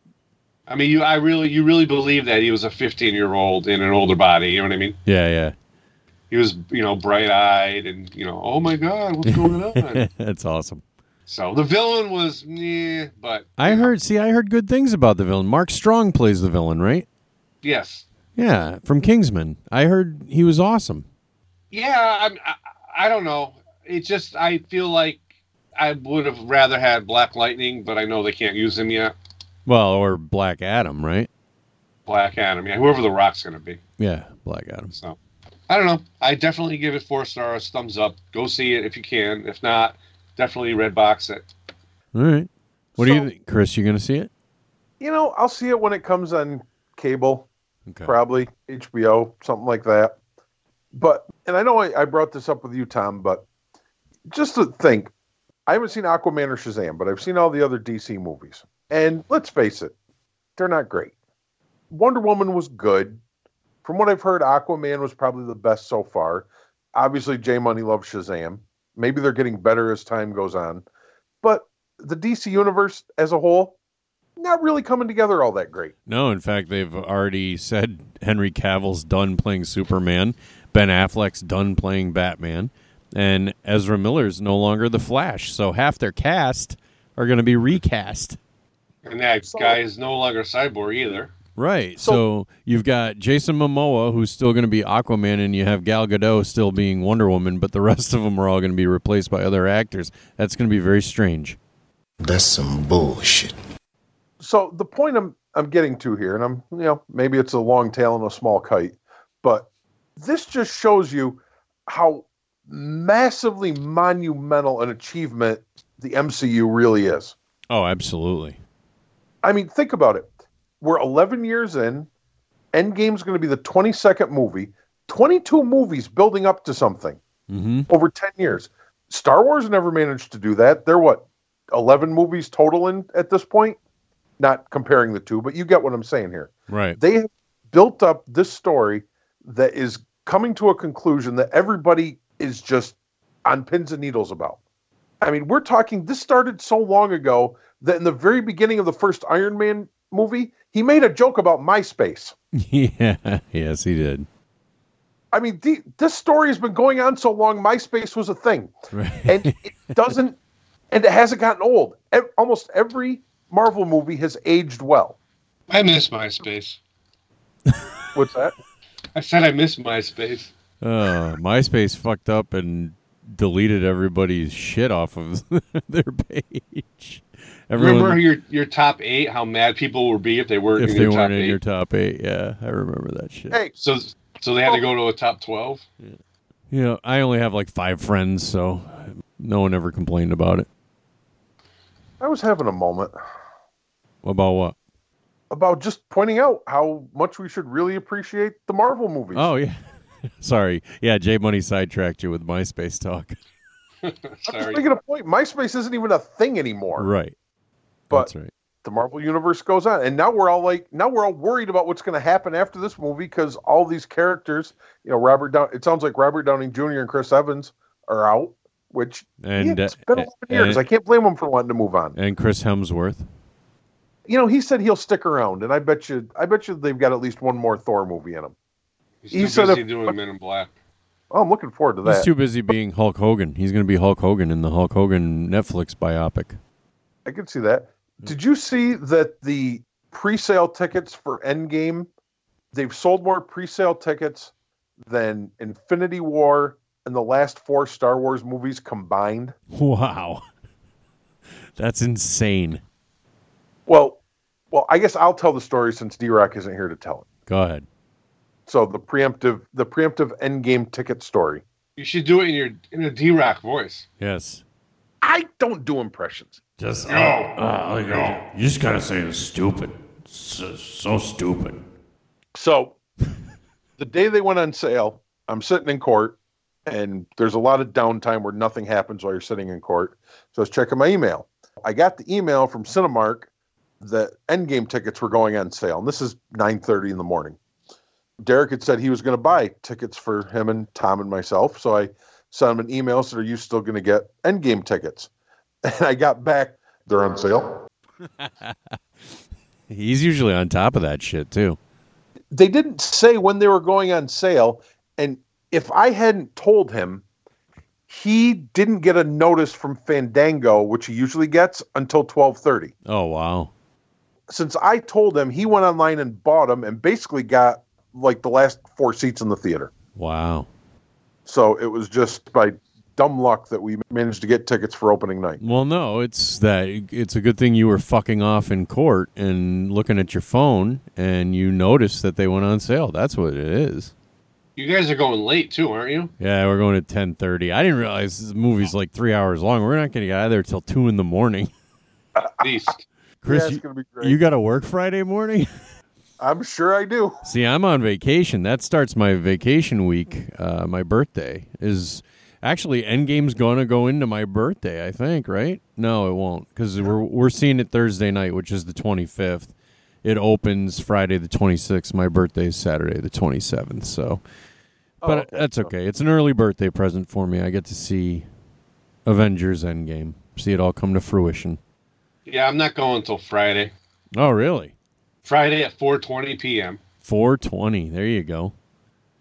S1: I mean, you, I really, you really believe that he was a 15 year old in an older body. You know what I mean?
S2: Yeah,
S1: He was, you know, bright eyed, and you know, oh my god, what's going
S2: yeah.
S1: on?
S2: That's awesome.
S1: so the villain was, meh, but
S2: I heard. See, I heard good things about the villain. Mark Strong plays the villain, right?
S1: yes,
S2: Yeah, from Kingsman. I heard he was awesome.
S1: Yeah, I'm, I, I don't know. It just I feel like I would have rather had Black Lightning, but I know they can't use him yet.
S2: Well, or Black Adam, right?
S1: Black Adam, yeah, whoever the Rock's gonna be.
S2: Yeah, Black Adam.
S1: So I don't know. I definitely give it four stars, thumbs up. Go see it if you can. If not, definitely red box it.
S2: All right. What do
S3: So-
S2: you think, Chris? You gonna see it?
S3: You know, I'll see it when it comes on cable,
S2: Okay.
S3: probably HBO, something like that. But and I know I, I brought this up with you, Tom, but just to think, I haven't seen Aquaman or Shazam, but I've seen all the other DC movies, and let's face it, they're not great. Wonder Woman was good. From what I've heard, Aquaman was probably the best so far. Obviously, J Money loves Shazam. Maybe they're getting better as time goes on. But the DC universe as a whole, not really coming together all that great.
S2: No, in fact, they've already said Henry Cavill's done playing Superman, Ben Affleck's done playing Batman, and Ezra Miller's no longer the Flash. So half their cast are going to be recast.
S1: And that guy is no longer cyborg either.
S2: Right. So,
S3: So-
S2: you've got Jason Momoa, who's still going to be Aquaman, and you have Gal Gadot still being Wonder Woman, but the rest of them are all going to be replaced by other actors. That's going to be very strange.
S8: That's some bullshit.
S3: So the point I'm I'm getting to here, and I'm you know maybe it's a long tail and a small kite, but this just shows you how massively monumental an achievement the MCU really is.
S2: Oh, absolutely.
S3: I mean, think about it. We're 11 years in. Endgame's going to be the 22nd movie. 22 movies building up to something
S2: Mm-hmm.
S3: over 10 years. Star Wars never managed to do that. They're what 11 movies total in at this point. Not comparing the two, but you get what I'm saying here.
S2: Right.
S3: They have built up this story that is coming to a conclusion that everybody is just on pins and needles about. I mean, we're talking this started so long ago that in the very beginning of the first Iron Man movie, he made a joke about MySpace.
S2: yeah. Yes, he did.
S3: I mean, the, this story has been going on so long, MySpace was a thing.
S2: Right.
S3: and it doesn't and it hasn't gotten old Ev- almost every marvel movie has aged well
S1: I miss MySpace.
S3: what's that
S1: I said I miss MySpace.
S2: Uh, MySpace fucked up and deleted everybody's shit off of their page. Everyone,
S1: Remember your your top eight? How mad people would be if they weren't
S2: if
S1: in
S2: they
S1: your top
S2: weren't in
S1: eight.
S2: your top eight, yeah, I remember that shit.
S3: hey
S1: so so they had to go to a top twelve.
S2: You know, I only have like five friends, so no one ever complained about it.
S3: i was having a moment
S2: About what?
S3: about just pointing out how much we should really appreciate the marvel movies
S2: Oh yeah, sorry. Yeah, J Money sidetracked you with MySpace talk.
S3: i'm just
S1: Sorry.
S3: making a point myspace isn't even a thing anymore
S2: Right.
S3: but
S2: That's right.
S3: the marvel universe goes on and now we're all like now we're all worried about what's going to happen after this movie because all these characters you know robert Down. it sounds like robert downey jr and chris evans are out which
S2: And
S3: yeah, it's been
S2: uh,
S3: 11 years i
S2: and,
S3: can't blame them for wanting to move on
S2: and Chris Hemsworth.
S3: you know, he said he'll stick around, and I bet you, I bet you they've got at least one more Thor movie in him. You
S1: He's too
S3: said
S1: busy
S3: a-
S1: doing Men in Black.
S3: Oh, I'm looking forward to
S2: He's
S3: that.
S2: too busy being Hulk Hogan. He's going to be Hulk Hogan in the Hulk Hogan Netflix biopic.
S3: I can see that. Did you see that the pre-sale tickets for Endgame? They've sold more pre-sale tickets than Infinity War and the last four Star Wars movies combined.
S2: Wow. That's insane.
S3: Well, well, I guess I'll tell the story since D-Rock isn't here to tell it.
S2: Go ahead.
S3: So the preemptive, the preemptive Endgame ticket story.
S1: You should do it in your in a D Rock voice.
S2: Yes.
S3: I don't do impressions.
S10: Just no,
S2: uh,
S10: no. You just gotta say it's stupid. So, so stupid.
S3: So the day they went on sale, I'm sitting in court and there's a lot of downtime where nothing happens while you're sitting in court. So I was checking my email. I got the email from Cinemark that endgame tickets were going on sale. And this is 9:30 in the morning. Derek had said he was going to buy tickets for him and Tom and myself. So I sent him an email said, Are you still going to get endgame tickets? And I got back, they're on sale.
S2: He's usually on top of that shit too.
S3: they didn't say when they were going on sale and if i hadn't told him he didn't get a notice from fandango which he usually gets until 12.30
S2: Oh wow.
S3: since i told him he went online and bought them and basically got like the last four seats in the theater
S2: Wow.
S3: so it was just by dumb luck that we managed to get tickets for opening night
S2: Well, no, it's that it's a good thing you were fucking off in court and looking at your phone and you noticed that they went on sale. That's what it is.
S1: You guys are going late too, aren't you?
S2: Yeah, we're going at 10:30. I didn't realize this movie's like 3 hours long. We're not going to get out of there till 2 in the morning.
S1: At least.
S2: Chris,
S3: yeah, it's
S2: you,
S3: going to be great
S2: you got to work Friday morning?
S3: i'm sure i do
S2: See, I'm on vacation. That starts my vacation week. Uh, my birthday is actually Endgame's gonna go into my birthday. I think, right? No, it won't, because we're we're seeing it Thursday night, which is the 25th. It opens Friday the 26th. My birthday is Saturday the 27th. So, but that's Oh, okay. It's an early birthday present for me. I get to see Avengers Endgame. See it all come to fruition.
S1: Yeah, I'm not going until Friday.
S2: Oh, really?
S1: Friday at 4:20 p.m.
S2: 420. There you go.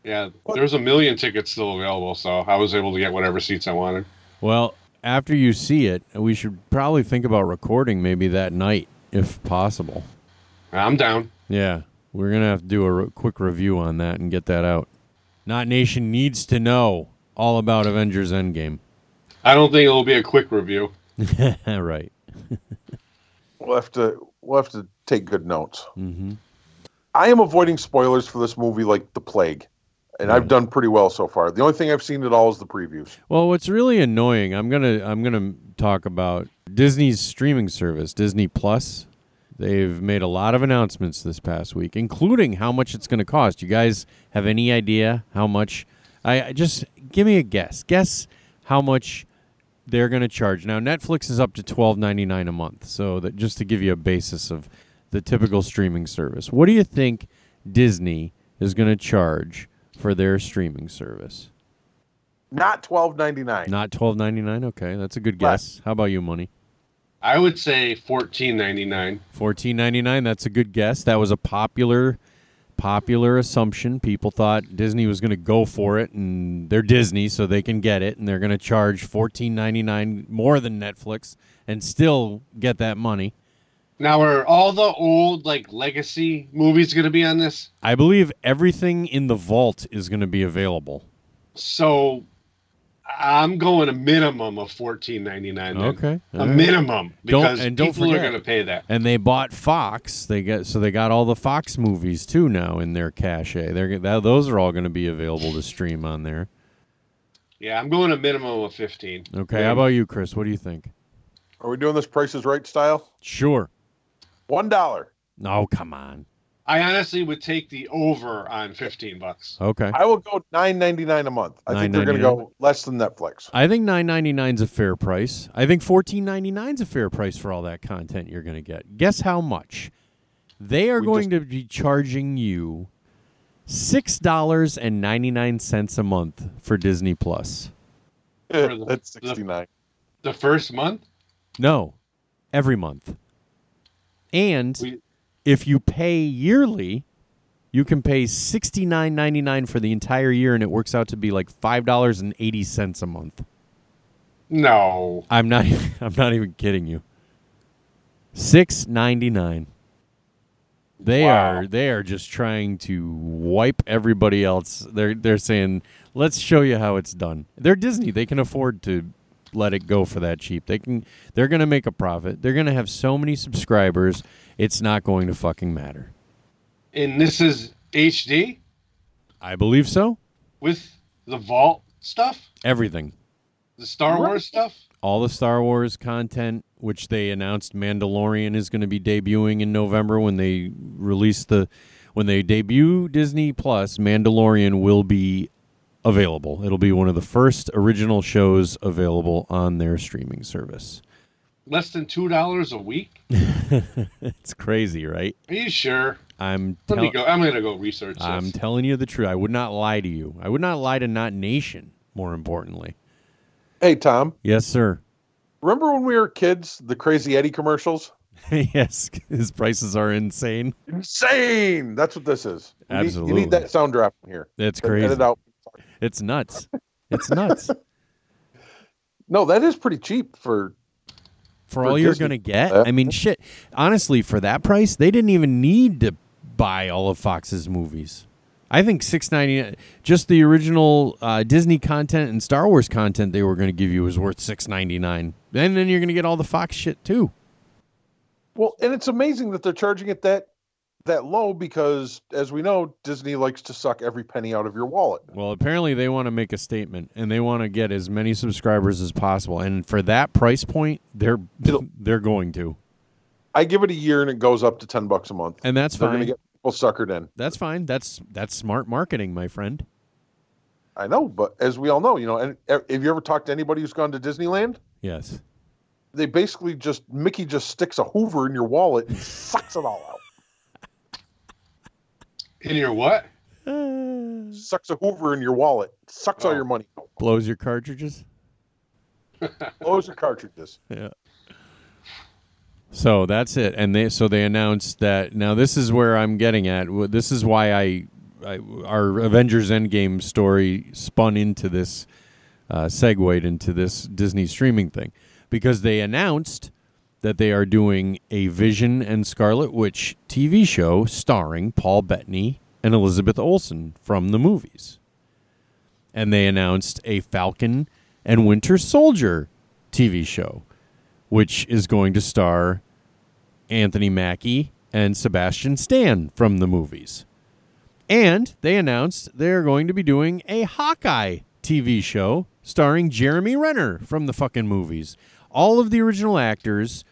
S1: Yeah, there's a million tickets still available, so I was able to get whatever seats I wanted.
S2: Well, after you see it, we should probably think about recording maybe that night if possible.
S1: I'm down.
S2: Yeah, we're going to have to do a re- quick review on that and get that out. Not Nation needs to know all about Avengers Endgame.
S1: I don't think it'll be a quick review.
S2: right.
S3: We'll have to we'll have to take good notes.
S2: Mm-hmm.
S3: I am avoiding spoilers for this movie like the plague, and I've done pretty well so far. The only thing I've seen at all is the previews.
S2: Well, what's really annoying, I'm gonna I'm gonna talk about Disney's streaming service, Disney Plus. They've made a lot of announcements this past week, including how much it's gonna cost. You guys have any idea how much? I I just give me a guess. Guess how much they're gonna charge. Now Netflix is up to twelve ninety nine a month, so that just to give you a basis of the typical streaming service. What do you think Disney is gonna charge for their streaming service?
S3: Not twelve ninety nine.
S2: Not twelve ninety nine. Okay, that's a good guess. How about you, money?
S1: I would say 14.99.
S2: Fourteen ninety nine. That's a good guess. That was a popular, popular assumption. People thought Disney was going to go for it, and they're Disney, so they can get it, and they're going to charge fourteen ninety nine more than Netflix, and still get that money.
S1: Now are all the old like legacy movies going to be on this?
S2: I believe everything in the vault is going to be available.
S1: So I'm going a minimum of 14.99. Then.
S2: Okay,
S1: a
S2: all right.
S1: minimum
S2: Don't-
S1: because
S2: and don't
S1: people
S2: forget-
S1: are going to pay that.
S2: And they bought Fox. They got so they got all the Fox movies too now in their cache. They're g- that, those are all going to be available to stream on there.
S1: Yeah, I'm going a minimum of 15.
S2: Okay, how about you, Chris? What do you think?
S3: Are we doing this Price is Right style?
S2: Sure.
S3: One dollar.
S2: No, come on.
S1: I honestly would take the over on 15 bucks.
S2: Okay.
S3: I will go nine ninety nine a month. I think they're going to go less than Netflix.
S2: I think nine ninety nine is a fair price. I think fourteen ninety nine is a fair price for all that content you're going to get. Guess how much? They are going to be charging you six dollars and ninety nine cents a month for Disney Plus.
S3: Eh, That's sixty nine.
S1: The first month?
S2: No, every month. And if you pay yearly, you can pay sixty nine ninety nine for the entire year, and it works out to be like five dollars and eighty cents a month.
S1: No.
S2: I'm not. I'm not even kidding you. Six ninety nine. They are. They are just trying to wipe everybody else. They're. They're saying, "Let's show you how it's done." They're Disney. They can afford to let it go for that cheap. They can. They're going to make a profit. They're going to have so many subscribers. It's not going to fucking matter.
S1: And this is HD
S2: I believe so.
S1: with the vault stuff,
S2: Everything.
S1: the Star Wars stuff.
S2: all the Star Wars content, which they announced Mandalorian is going to be debuting in November when they release the when they debut Disney Plus, Mandalorian will be available. It'll be one of the first original shows available on their streaming service.
S1: Less than $2 a week?
S2: it's crazy, right?
S1: Are you sure?
S2: I'm
S1: Let me
S2: tell-
S1: go. I'm going to go research this.
S2: I'm telling you the truth. I would not lie to you. I would not lie to not nation, more importantly.
S3: Hey Tom,
S2: Yes, sir.
S3: remember when we were kids? The Crazy Eddie commercials.
S2: yes, his prices are insane.
S3: Insane. That's what this is. You need- you
S2: Absolutely.
S3: need that sound drop in here.
S2: That's
S3: Edit
S2: crazy.
S3: it out.
S2: It's nuts. It's nuts.
S3: No, that is pretty cheap for
S2: for
S3: For
S2: all you're
S3: Disney.
S2: going to get.
S3: Yeah.
S2: I mean, shit. Honestly, for that price, they didn't even need to buy all of Fox's movies. I think six ninety nine, just the original uh, Disney content and Star Wars content they were going to give you was worth six ninety nine. And then you're going to get all the Fox shit too.
S3: Well, and it's amazing that they're charging it that that low because as we know, Disney likes to suck every penny out of your wallet.
S2: Well, apparently they want to make a statement and they want to get as many subscribers as possible. And for that price point, they're they're going to,
S3: I give it a year and it goes up to 10 bucks a month.
S2: and that's
S3: They're going
S2: fine.
S3: to get people suckered in.
S2: that's fine. That's that's smart marketing, my friend.
S3: I know, but as we all know, you know, and uh, have you ever talked to anybody who's gone to Disneyland?
S2: Yes.
S3: They basically just Mickey just sticks a Hoover in your wallet and sucks it all out.
S1: In your what?
S3: Sucks a Hoover in your wallet. Sucks all your money out.
S2: Blows your cartridges.
S3: Blows your cartridges.
S2: Yeah. So that's it, and they so they announced that now this is where I'm getting at. Wh- This is why I, I our Avengers Endgame story spun into this, uh, segued into this Disney streaming thing, because they announced that they are doing a Vision and Scarlet Witch TV show starring Paul Bettany and Elizabeth Olsen from the movies, and they announced a Falcon and Winter Soldier TV show which is going to star Anthony Mackie and Sebastian Stan from the movies. And they announced they're going to be doing a Hawkeye TV show starring Jeremy Renner from the fucking movies. All of the original actors.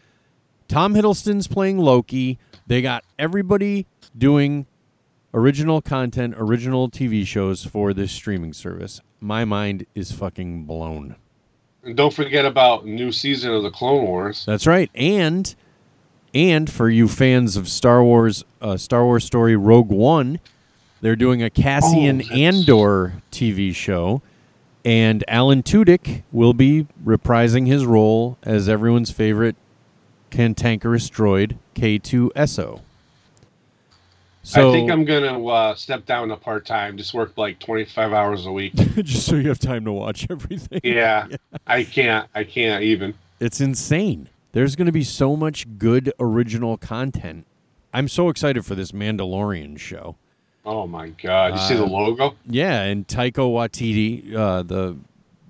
S2: Tom Hiddleston's playing Loki. They got everybody doing original content, original TV shows for this streaming service. My mind is fucking blown.
S1: And don't forget about new season of the Clone Wars.
S2: That's right. And and for you fans of Star Wars, uh, Star Wars story Rogue One, they're doing a
S1: Oh,
S2: Cassian Andor TV show, and Alan Tudyk will be reprising his role as everyone's favorite cantankerous droid K2SO. So
S1: I think I'm gonna uh, step down to part time. Just work like 25 hours a week.
S2: just so you have time to watch everything.
S1: Yeah, I can't. I can't even.
S2: It's insane. There's going to be so much good original content. I'm so excited for this Mandalorian show.
S1: Oh my god! You see the
S2: Uh,
S1: logo?
S2: Yeah, and Taika Waititi, uh, the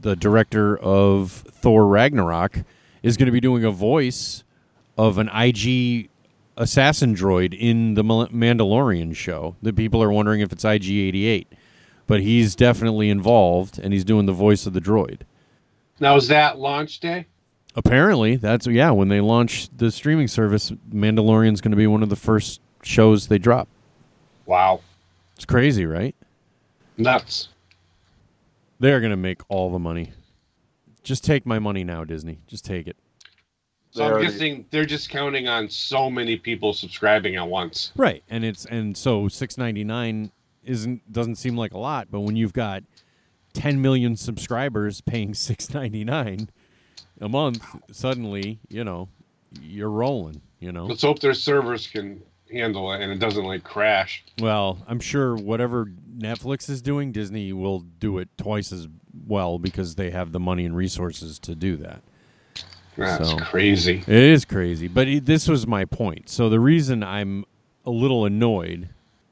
S2: the director of Thor Ragnarok, is going to be doing a voice of an IG assassin droid in the Mal- Mandalorian show. The people are wondering if it's IG88, but he's definitely involved, and he's doing the voice of the droid.
S1: Now is that launch day?
S2: Apparently, that's yeah. When they launch the streaming service, Mandalorian's going to be one of the first shows they drop.
S1: Wow,
S2: It's crazy, right?
S1: nuts!
S2: They're going to make all the money. Just take my money now, Disney. Just take it.
S1: So
S3: They
S1: I'm
S3: already-
S1: guessing they're just counting on so many people subscribing at once.
S2: Right. And it's and so 6.99 isn't doesn't seem like a lot, but when you've got 10 million subscribers paying 6.99 a month, suddenly, you know, you're rolling, you know.
S1: Let's hope their servers can handle it and it doesn't like crash.
S2: Well, I'm sure whatever Netflix is doing, Disney will do it twice as well because they have the money and resources to do that.
S1: That's
S2: So-
S1: crazy.
S2: It is crazy, but it, this was my point. So the reason I'm a little annoyed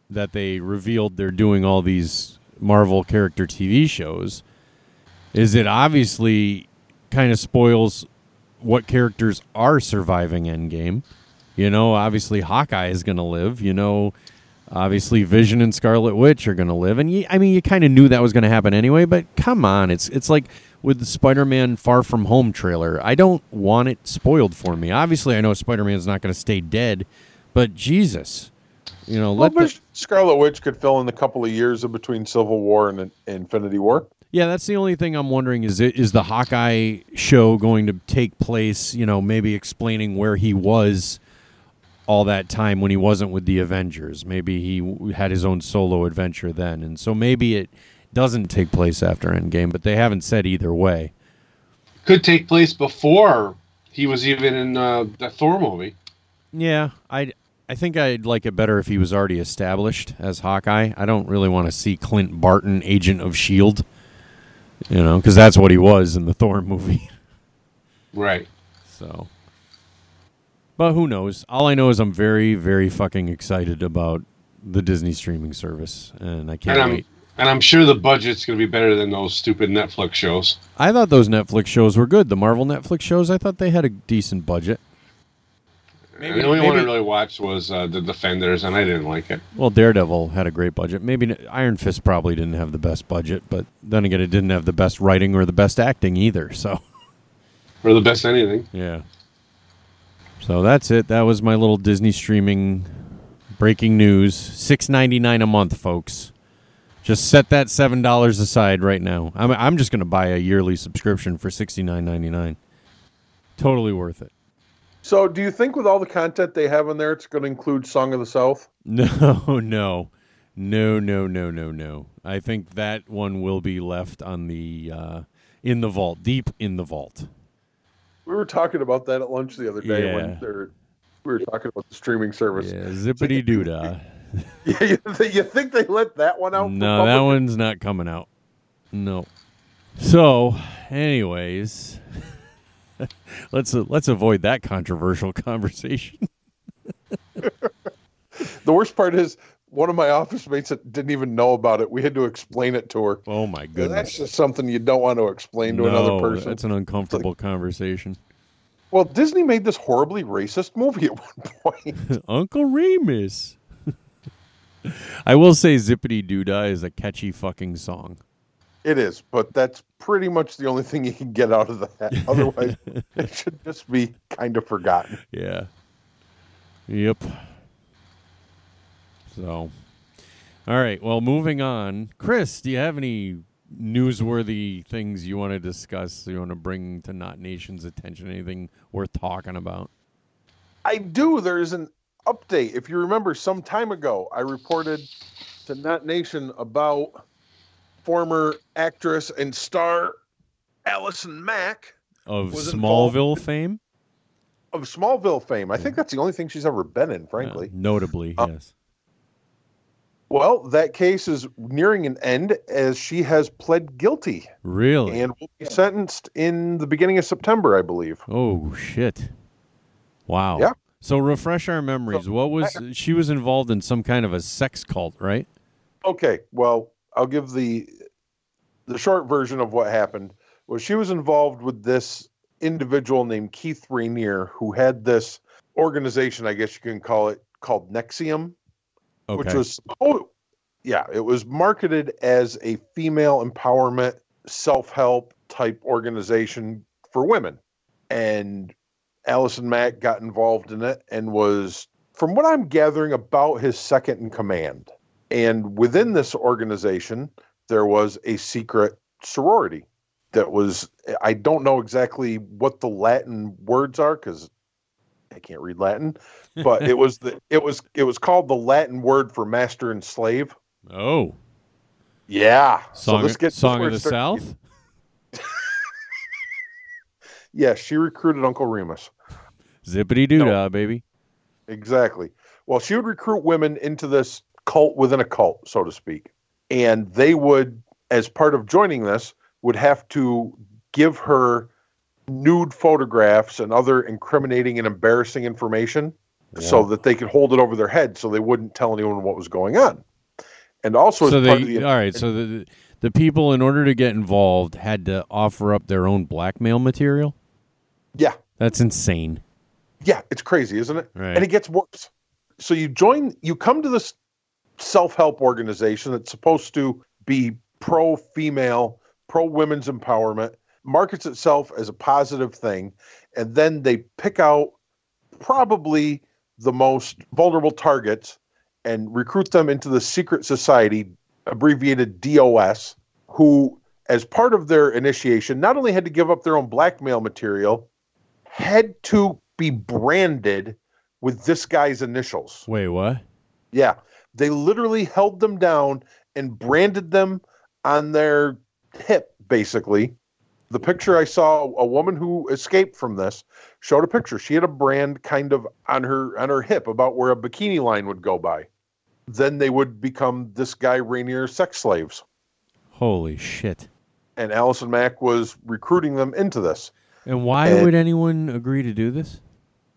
S2: that they revealed they're doing all these Marvel character TV shows is it obviously kind of spoils what characters are surviving Endgame. You know, obviously Hawkeye is going to live. You know, obviously Vision and Scarlet Witch are going to live. And you, I mean, you kind of knew that was going to happen anyway. But come on, it's it's like with the Spider-Man Far From Home trailer. I don't want it spoiled for me. Obviously, I know Spider-Man's not going to stay dead, but Jesus, you know,
S3: Well,
S2: let the,
S3: but Scarlet Witch could fill in the couple of years in between Civil War and, and Infinity War.
S2: Yeah, that's the only thing I'm wondering is it is the Hawkeye show going to take place, you know, maybe explaining where he was all that time when he wasn't with the Avengers. Maybe he w- had his own solo adventure then. And so maybe it doesn't take place after Endgame, but they haven't said either way.
S1: Could take place before he was even in uh, the Thor movie.
S2: Yeah, I I think I'd like it better if he was already established as Hawkeye. I don't really want to see Clint Barton, agent of Shield, E you know, because that's what he was in the Thor movie.
S1: Right.
S2: So, but who knows? All I know is I'm very, very fucking excited about the Disney streaming service, and I can't
S1: and I'm
S2: wait.
S1: and I'm sure the budget's going to be better than those stupid Netflix shows.
S2: I thought those Netflix shows were good. The Marvel Netflix shows, I thought they had a decent budget.
S1: the only one I
S2: maybe-
S1: really watched was uh, the Defenders, and I didn't like it.
S2: Well, Daredevil had a great budget. Maybe n- Iron Fist probably didn't have the best budget, but then again, it didn't have the best writing or the best acting either. So,
S1: Or the best anything.
S2: yeah. So that's it. That was my little Disney streaming breaking news. Six ninety nine a month, folks. Just set that seven dollars aside right now. I'm I'm just gonna buy a yearly subscription for sixty nine ninety nine. Totally worth it.
S3: So, do you think with all the content they have in there, it's going to include Song of the South?
S2: No, no, no, no, no, no, no. I think that one will be left on the uh, in the vault, deep in the vault.
S3: We were talking about that at lunch the other day
S2: Yeah.
S3: when they're We were talking about the streaming service.
S2: Yeah, zippity doo dah.
S3: Yeah, you, th- you think they let that one out? for
S2: No, that
S3: public?
S2: one's not coming out. No. So, anyways, let's let's avoid that controversial conversation.
S3: The worst part is one of my office mates that didn't even know about it. We had to explain it to her.
S2: Oh my
S3: That's
S2: goodness.
S3: just something you don't want to explain to
S2: No,
S3: another person.
S2: That's an uncomfortable conversation.
S3: Well, Disney made this horribly racist movie at one point.
S2: Uncle Remus. I will say Zippity Doo Dah is a catchy fucking song.
S3: It is, but that's pretty much the only thing you can get out of that. Otherwise, it should just be kind of forgotten.
S2: Yeah. Yep. So, all right. Well, moving on. Chris, do you have any newsworthy things you want to discuss? You want to bring to Not Nation's attention? Anything worth talking about?
S3: I do. There's an update. If you remember, some time ago, I reported to Not Nation about former actress and star Allison Mack
S2: Of
S3: Was
S2: Smallville
S3: involved-
S2: fame?
S3: of Smallville fame. I think that's the only thing she's ever been in, frankly.
S2: Yeah, notably,
S3: Uh,
S2: yes.
S3: Well, that case is nearing an end as she has pled guilty
S2: Really?
S3: and will be sentenced in the beginning of September, I believe.
S2: Oh, shit. Wow.
S3: Yeah.
S2: So, refresh our memories. What was she was involved in some kind of a sex cult, right?
S3: okay well i'll give the the short version of what happened was she was involved with this individual named keith rainier who had this organization i guess you can call it called nexium
S2: Okay.
S3: which was oh yeah it was marketed as a female empowerment self-help type organization for women and allison mack got involved in it and was from what i'm gathering about his second in command and within this organization there was a secret sorority that was i don't know exactly what the latin words are because i can't read latin but it was the it was it was called the Latin word for master and slave.
S2: oh,
S3: Yeah.
S2: song,
S3: gets
S2: song of
S3: where
S2: the
S3: it starts-
S2: South?
S3: Yeah, she recruited Uncle Remus.
S2: Zippity doo dah, baby.
S3: Exactly. Well, she would recruit women into this cult within a cult, so to speak. And they would, as part of joining this, would have to give her nude photographs and other incriminating and embarrassing information so that they could hold it over their head so they wouldn't tell anyone what was going on. And also
S2: So
S3: as part of
S2: they
S3: the
S2: all right. So the the people, in order to get involved, had to offer up their own blackmail material.
S3: Yeah.
S2: That's insane.
S3: Yeah, it's crazy, isn't it?
S2: Right.
S3: And it gets worse. So you join, you come to this self help organization that's supposed to be pro female, pro women's empowerment, markets itself as a positive thing. And then they pick out probably the most vulnerable targets and recruit them into the secret society, abbreviated DOS, who, as part of their initiation, not only had to give up their own blackmail material, had to be branded with this guy's initials.
S2: Wait, what?
S3: Yeah. They literally held them down and branded them on their hip, basically. The picture I saw, a woman who escaped from this showed a picture. She had a brand kind of on her on her hip about where a bikini line would go by. Then they would become this guy Rainier's sex slaves.
S2: Holy shit!
S3: And Allison Mack was recruiting them into this.
S2: And why
S3: And-
S2: would anyone agree to do this?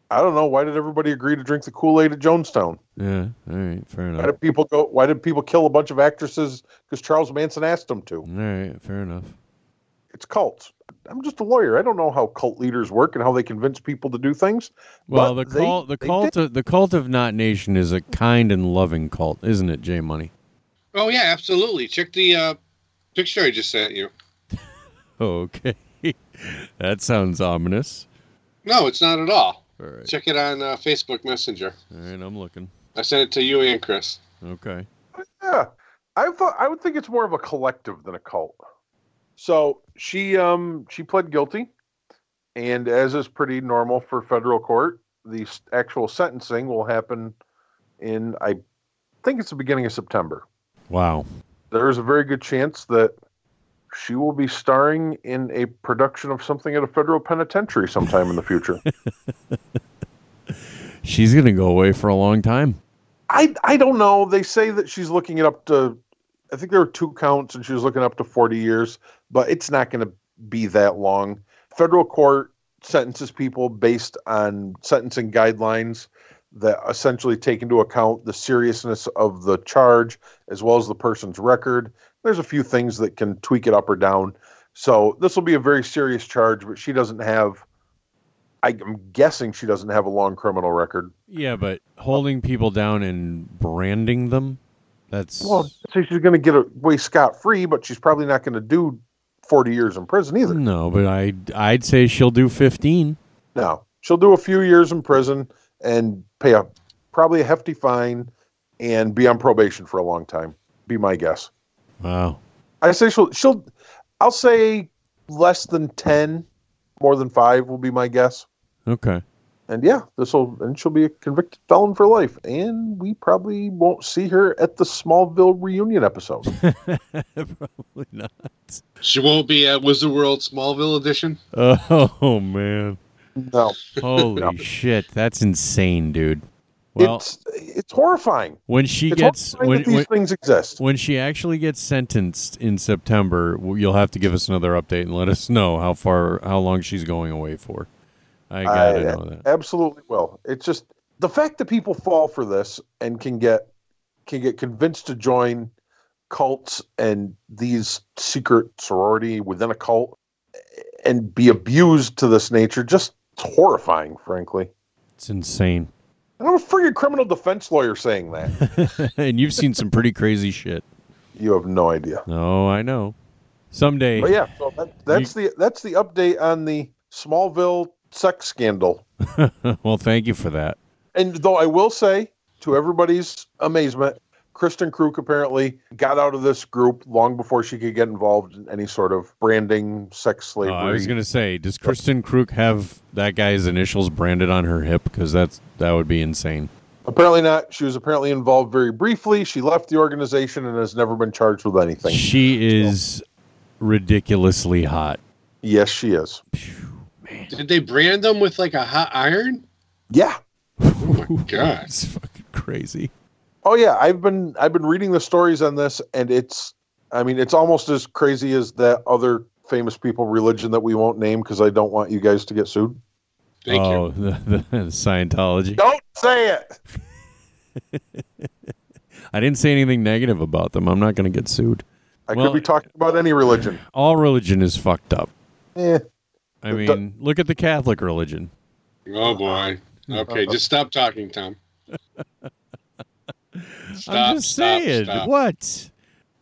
S3: I don't know, why did everybody agree to drink the Kool-Aid at Jonestown?
S2: Yeah. All right. Fair
S3: Why
S2: enough.
S3: did people go? Why did people kill a bunch of actresses? Because Charles Manson asked them to.
S2: All right. Fair enough.
S3: It's cults. I'm just a lawyer. I don't know how cult leaders work and how they convince people to do things.
S2: Well,
S3: But
S2: the
S3: they-
S2: cult, the
S3: they
S2: cult,
S3: did.
S2: of, the cult of Not Nation is a kind and loving cult, isn't it, J Money?
S1: Oh yeah, absolutely. Check the uh, picture I just sent you.
S2: Okay. that sounds ominous.
S1: No, it's not at all.
S2: All right.
S1: Check it on uh, Facebook Messenger.
S2: All right. I'm looking.
S1: I sent it to you and Chris.
S2: Okay.
S3: Yeah, I thought I would think it's more of a collective than a cult. So she um she pled guilty, and as is pretty normal for federal court, the s- actual sentencing will happen in I think it's the beginning of September.
S2: Wow.
S3: there is a very good chance that she will be starring in a production of something at a federal penitentiary sometime in the future.
S2: she's gonna go away for a long time.
S3: I I don't know. They say that she's looking it up to. I think there were two counts, and she was looking up to forty years, but it's not going to be that long. Federal court sentences people based on sentencing guidelines that essentially take into account the seriousness of the charge as well as the person's record. There's a few things that can tweak it up or down. So this will be a very serious charge, but she doesn't have. I'm guessing she doesn't have a long criminal record.
S2: Yeah, but holding people down and branding them—that's
S3: Well, so she's going to get away scot free, but she's probably not going to do 40 years in prison either.
S2: no. But I I'd say she'll do fifteen.
S3: No, she'll do a few years in prison and pay a probably a hefty fine and be on probation for a long time. Be my guess.
S2: Wow.
S3: I say she'll she'll I'll say less than 10, more than 5 will be my guess.
S2: Okay.
S3: And yeah, this will and she'll be a convicted felon for life and we probably won't see her at the Smallville reunion episode.
S2: Probably not.
S1: She won't be at Wizard World Smallville edition.
S2: Oh man.
S3: no.
S2: Holy
S3: No.
S2: shit, that's insane, dude. Well,
S3: it's it's horrifying.
S2: when she
S3: it's
S2: gets
S3: horrifying
S2: when,
S3: that these
S2: when
S3: things exist.
S2: when she actually gets sentenced in September, w- you'll have to give us another update and let us know how far how long she's going away for. I gotta
S3: I- uh,
S2: know that.
S3: Absolutely will. It's just the fact that people fall for this and can get can get convinced to join cults and these secret sorority within a cult and be abused to this nature just it's horrifying, frankly.
S2: It's insane.
S3: And I'm a freaking criminal defense lawyer saying that.
S2: and you've seen some pretty crazy shit.
S3: you have no idea.
S2: Oh, I know. Someday
S3: But yeah, so that, that's the that's the update on the Smallville sex scandal.
S2: well, thank you for that.
S3: And though I will say, to everybody's amazement, Kristen Krug apparently got out of this group long before she could get involved in any sort of branding, sex
S2: Oh,
S3: slavery.
S2: I was gonna say, does Kristen Krug have that guy's initials branded on her hip? Because that's that would be insane.
S3: Apparently not. She was apparently involved very briefly. She left the organization and has never been charged with anything.
S2: She is ridiculously hot.
S3: Yes, she is.
S1: Did they brand them with like a hot iron?
S3: Yeah.
S1: Oh my god!
S2: It's fucking crazy.
S3: Oh yeah. I've been I've been reading the stories on this, and it's I mean it's almost as crazy as that other famous people religion that we won't name because I don't want you guys to get sued.
S1: Thank
S2: oh, The, the, the Scientology.
S3: Don't say it.
S2: I didn't say anything negative about them. I'm not going to get sued.
S3: I
S2: Well-
S3: could be talking about any religion.
S2: All religion is fucked up.
S3: Eh.
S2: I
S3: The-
S2: mean, look at the Catholic religion.
S1: you. Oh boy. Okay, just stop talking, Tom. Stop,
S2: I'm just saying.
S1: Stop, stop.
S2: What?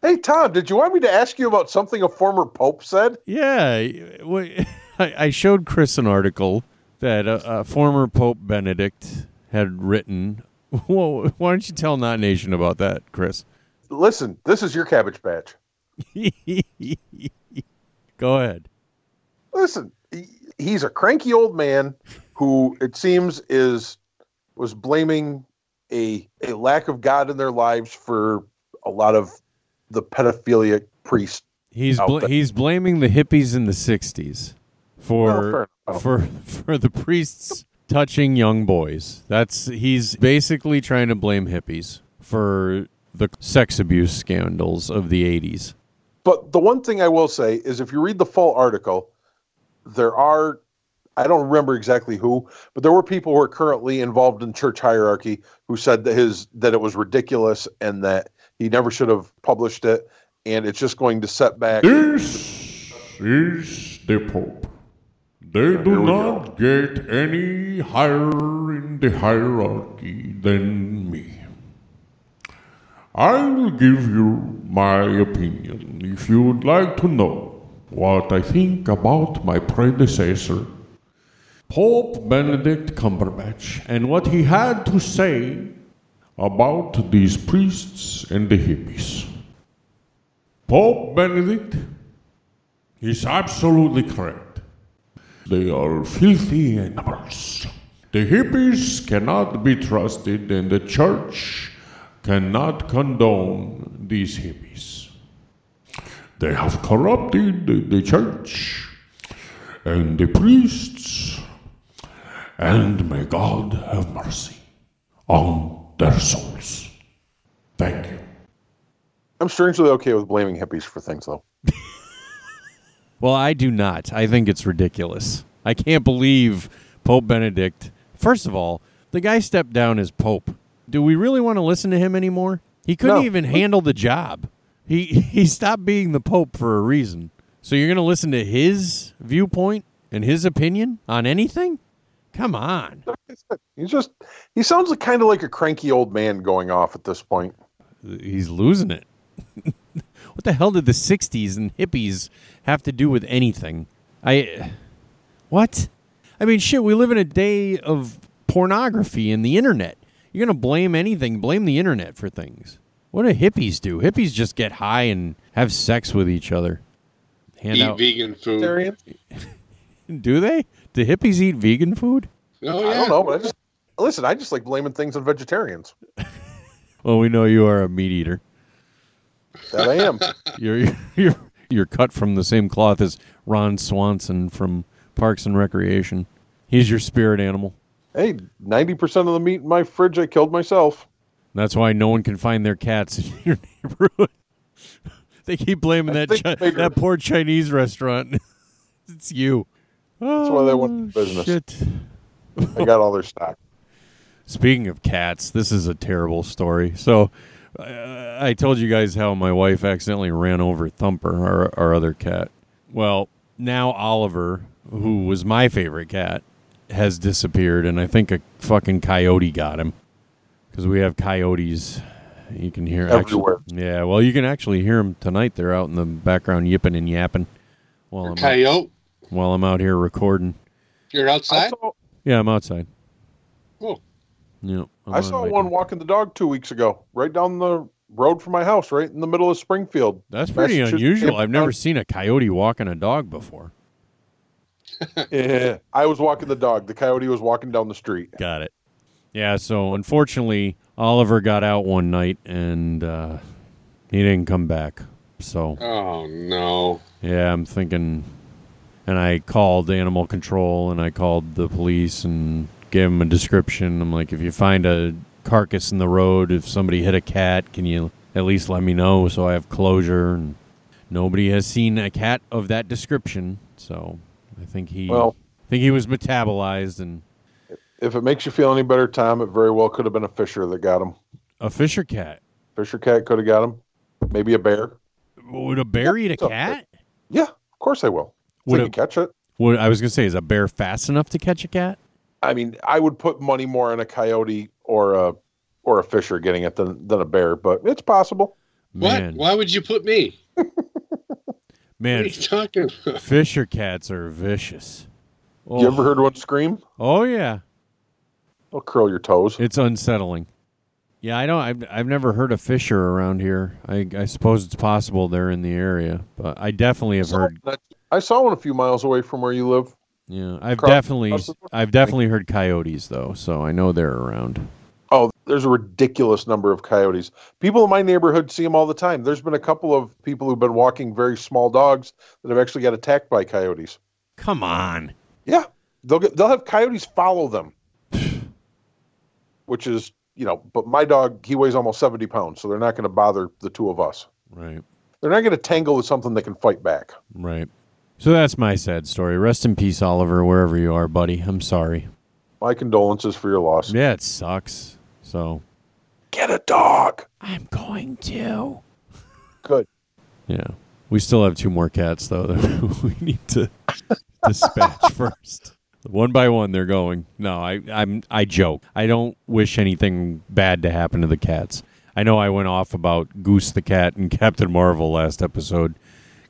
S3: Hey, Tom, did you want me to ask you about something a former pope said?
S2: Yeah. wha- I I showed Chris an article that a, a former Pope Benedict had written. Whoa, why don't you tell Not Nation about that, Chris?
S3: Listen, this is your cabbage patch.
S2: Go ahead.
S3: Listen, he- he's a cranky old man who it seems is was blaming a a lack of God in their lives for a lot of the pedophilic priest.
S2: He's
S3: out
S2: bl-
S3: there.
S2: he's blaming the hippies in the '60s for
S3: Well, fair enough.
S2: for for the priests touching young boys. That's he's basically trying to blame hippies for the sex abuse scandals of the '80s.
S3: But the one thing I will say is if you read the full article, there are I don't remember exactly who, but there were people who are currently involved in church hierarchy who said that his that it was ridiculous and that he never should have published it and it's just going to set back
S10: This is the Pope. They do not get any higher in the hierarchy than me. I will give you my opinion if you would like to know what I think about my predecessor, Pope Benedict Cumberbatch, and what he had to say about these priests and the hippies. Pope Benedict is absolutely correct. They are filthy animals. The hippies cannot be trusted, and the church cannot condone these hippies. They have corrupted the- the church and the priests, and may God have mercy on their souls. Thank you.
S3: I'm strangely okay with blaming hippies for things, though.
S2: Well, I do not. I think it's ridiculous. I can't believe Pope Benedict. First of all, the guy stepped down as Pope. Do we really want to listen to him anymore? He couldn't
S3: No.
S2: even handle the job. He he stopped being the Pope for a reason. So you're going to listen to his viewpoint and his opinion on anything? Come on.
S3: He's just, he sounds like, kind of like a cranky old man going off at this point.
S2: He's losing it. what the hell did the 60s and hippies have to do with anything? I. What? I mean, shit, we live in a day of pornography and the internet. You're going to blame anything, blame the internet for things. What do hippies do? Hippies just get high and have sex with each other. Hand
S1: Eat
S2: out.
S1: vegan food. Oh,
S2: do they? Do hippies eat vegan food?
S1: Oh, yeah.
S3: I don't know, but I just, listen, I just like blaming things on vegetarians.
S2: Well, we know you are a meat eater.
S3: That I am.
S2: you're you're you're cut from the same cloth as Ron Swanson from Parks and Recreation. He's your spirit animal.
S3: hey, 90% of the meat in my fridge I killed myself.
S2: That's why no one can find their cats in your neighborhood. they keep blaming that
S3: think
S2: Chi-
S3: bigger.
S2: that poor Chinese restaurant. it's you. Oh, That's
S3: why they went out of business. I got all their stock.
S2: Speaking of cats, this is a terrible story. So, uh, I told you guys how my wife accidentally ran over Thumper, our, our other cat. Well, now Oliver, who was my favorite cat, has disappeared, and I think a fucking coyote got him because we have coyotes. You can hear actually-
S3: Everywhere.
S2: yeah, well, you can actually hear them tonight. They're out in the background yipping and yapping while I'm
S1: Coyote,
S2: while I'm out here recording.
S1: you're
S3: I
S1: outside.
S3: saw,
S2: Yeah, I'm outside.
S1: Cool.
S2: Yeah, I'm
S3: I
S2: on
S3: saw
S2: my
S3: one walking the dog two weeks ago, right down the road from my house, right in the middle of Springfield.
S2: That's pretty
S3: Massachusetts
S2: unusual. I've never
S3: Campground.
S2: seen a coyote walking a dog before.
S3: Yeah. Eh, I was walking the dog. The coyote was walking down the street.
S2: Got it. Yeah, so unfortunately, Oliver got out one night and uh, he didn't come back. So,
S1: Oh no.
S2: yeah, I'm thinking. And I called animal control and I called the police and gave them a description. I'm like, if you find a carcass in the road, if somebody hit a cat, can you at least let me know so I have closure? And nobody has seen a cat of that description. So, I think he.
S3: Well-
S2: I think he was metabolized and
S3: If it makes you feel any better, Tom, it very well could have been a fisher that got him.
S2: a Fisher cat.
S3: Fisher cat could have got him. Maybe a bear.
S2: Would a bear eat a
S3: so-
S2: cat?
S3: Yeah, of course I will. If
S2: Would
S3: I
S2: a-
S3: can catch it.
S2: Would I was gonna say, is a bear fast enough to catch a cat?
S3: I mean, I would put money more on a coyote or a or a fisher getting it than, than a bear, but it's possible.
S1: What?
S2: Man,
S1: Why would you put me? What are
S2: man,
S1: you talking about?
S2: Fisher cats are vicious. Oh,
S3: You ever heard one scream?
S2: oh yeah,
S3: They'll curl your toes.
S2: it's unsettling. Yeah, I don't. I've I've never heard a Fisher around here. I I suppose it's possible they're in the area, but I definitely have heard.
S3: I saw one a few miles away from where you live.
S2: Yeah, I've
S3: Across-
S2: definitely
S3: across the border.
S2: I've definitely heard coyotes though, so I know they're around.
S3: Oh, there's a ridiculous number of coyotes. People in my neighborhood see them all the time. There's been a couple of people who've been walking very small dogs that have actually got attacked by coyotes.
S2: Come on,
S3: Yeah, they'll get they'll have coyotes follow them, which is you know. But my dog, he weighs almost seventy pounds, so they're not going to bother the two of us.
S2: right.
S3: They're not going to tangle with something that can fight back.
S2: Right. So that's my sad story. Rest in peace, Oliver, wherever you are, buddy. I'm sorry.
S3: My condolences for your loss.
S2: Yeah, it sucks. So
S3: Get a dog.
S2: I'm going to.
S3: Good.
S2: Yeah. We still have two more cats though that we need to dispatch first. One by one they're going. No, I I'm I joke. I don't wish anything bad to happen to the cats. I know I went off about Goose the cat and Captain Marvel last episode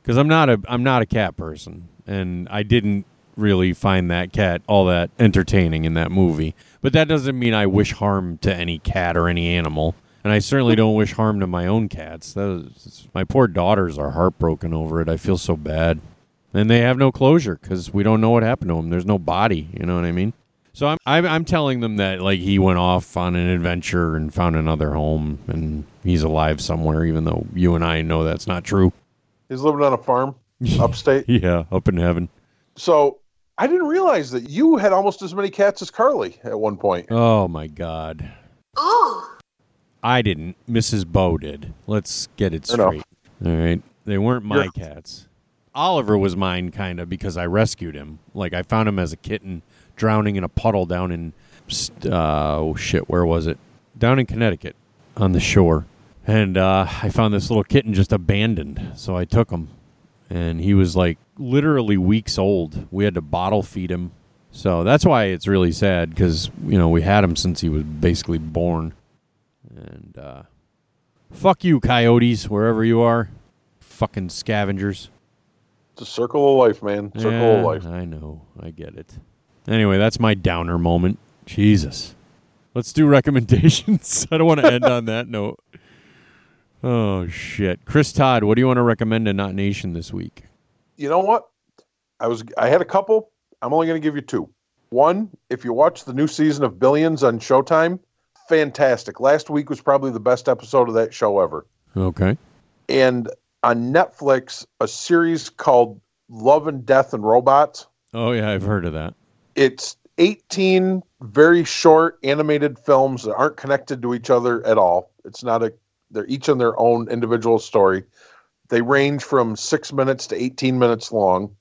S2: cuz I'm not a I'm not a cat person and I didn't really find that cat all that entertaining in that movie. But that doesn't mean I wish harm to any cat or any animal. And I certainly don't wish harm to my own cats. That is, my poor daughters are heartbroken over it. I feel so bad. And they have no closure because we don't know what happened to him. There's no body. You know what I mean? So I'm, I'm, I'm telling them that like he went off on an adventure and found another home and he's alive somewhere, even though you and I know that's not true.
S3: He's living on a farm upstate.
S2: Yeah, up in heaven.
S3: So I didn't realize that you had almost as many cats as Carly at one point.
S2: Oh my God.
S9: Oh.
S2: I didn't. Mrs. Bo did. Let's get it
S3: Fair enough.
S2: straight. All right. They weren't my
S3: Yeah.
S2: cats. Oliver was mine, kind of, because I rescued him. Like, I found him as a kitten drowning in a puddle down in, st- uh, oh shit, where was it? Down in Connecticut on the shore. And uh, I found this little kitten just abandoned. So I took him. And he was like literally weeks old. We had to bottle feed him. So that's why it's really sad because, you know, we had him since he was basically born. And uh, fuck you, coyotes, wherever you are. Fucking scavengers.
S3: It's a circle of life, man. Circle
S2: Yeah,
S3: of life.
S2: I know. I get it. Anyway, that's my downer moment. Jesus. Let's do recommendations. I don't want to end on that note. Oh, shit. Chris Todd, what do you want to recommend to Not Nation this week?
S3: You know what? I was I had a couple. I'm only going to give you two. One, if you watch the new season of Billions on Showtime, fantastic. Last week was probably the best episode of that show ever.
S2: Okay.
S3: And on Netflix, a series called Love and Death and Robots.
S2: Oh, yeah, I've heard of that.
S3: It's 18 very short animated films that aren't connected to each other at all. It's not a they're each on their own individual story. They range from 6 minutes to 18 minutes long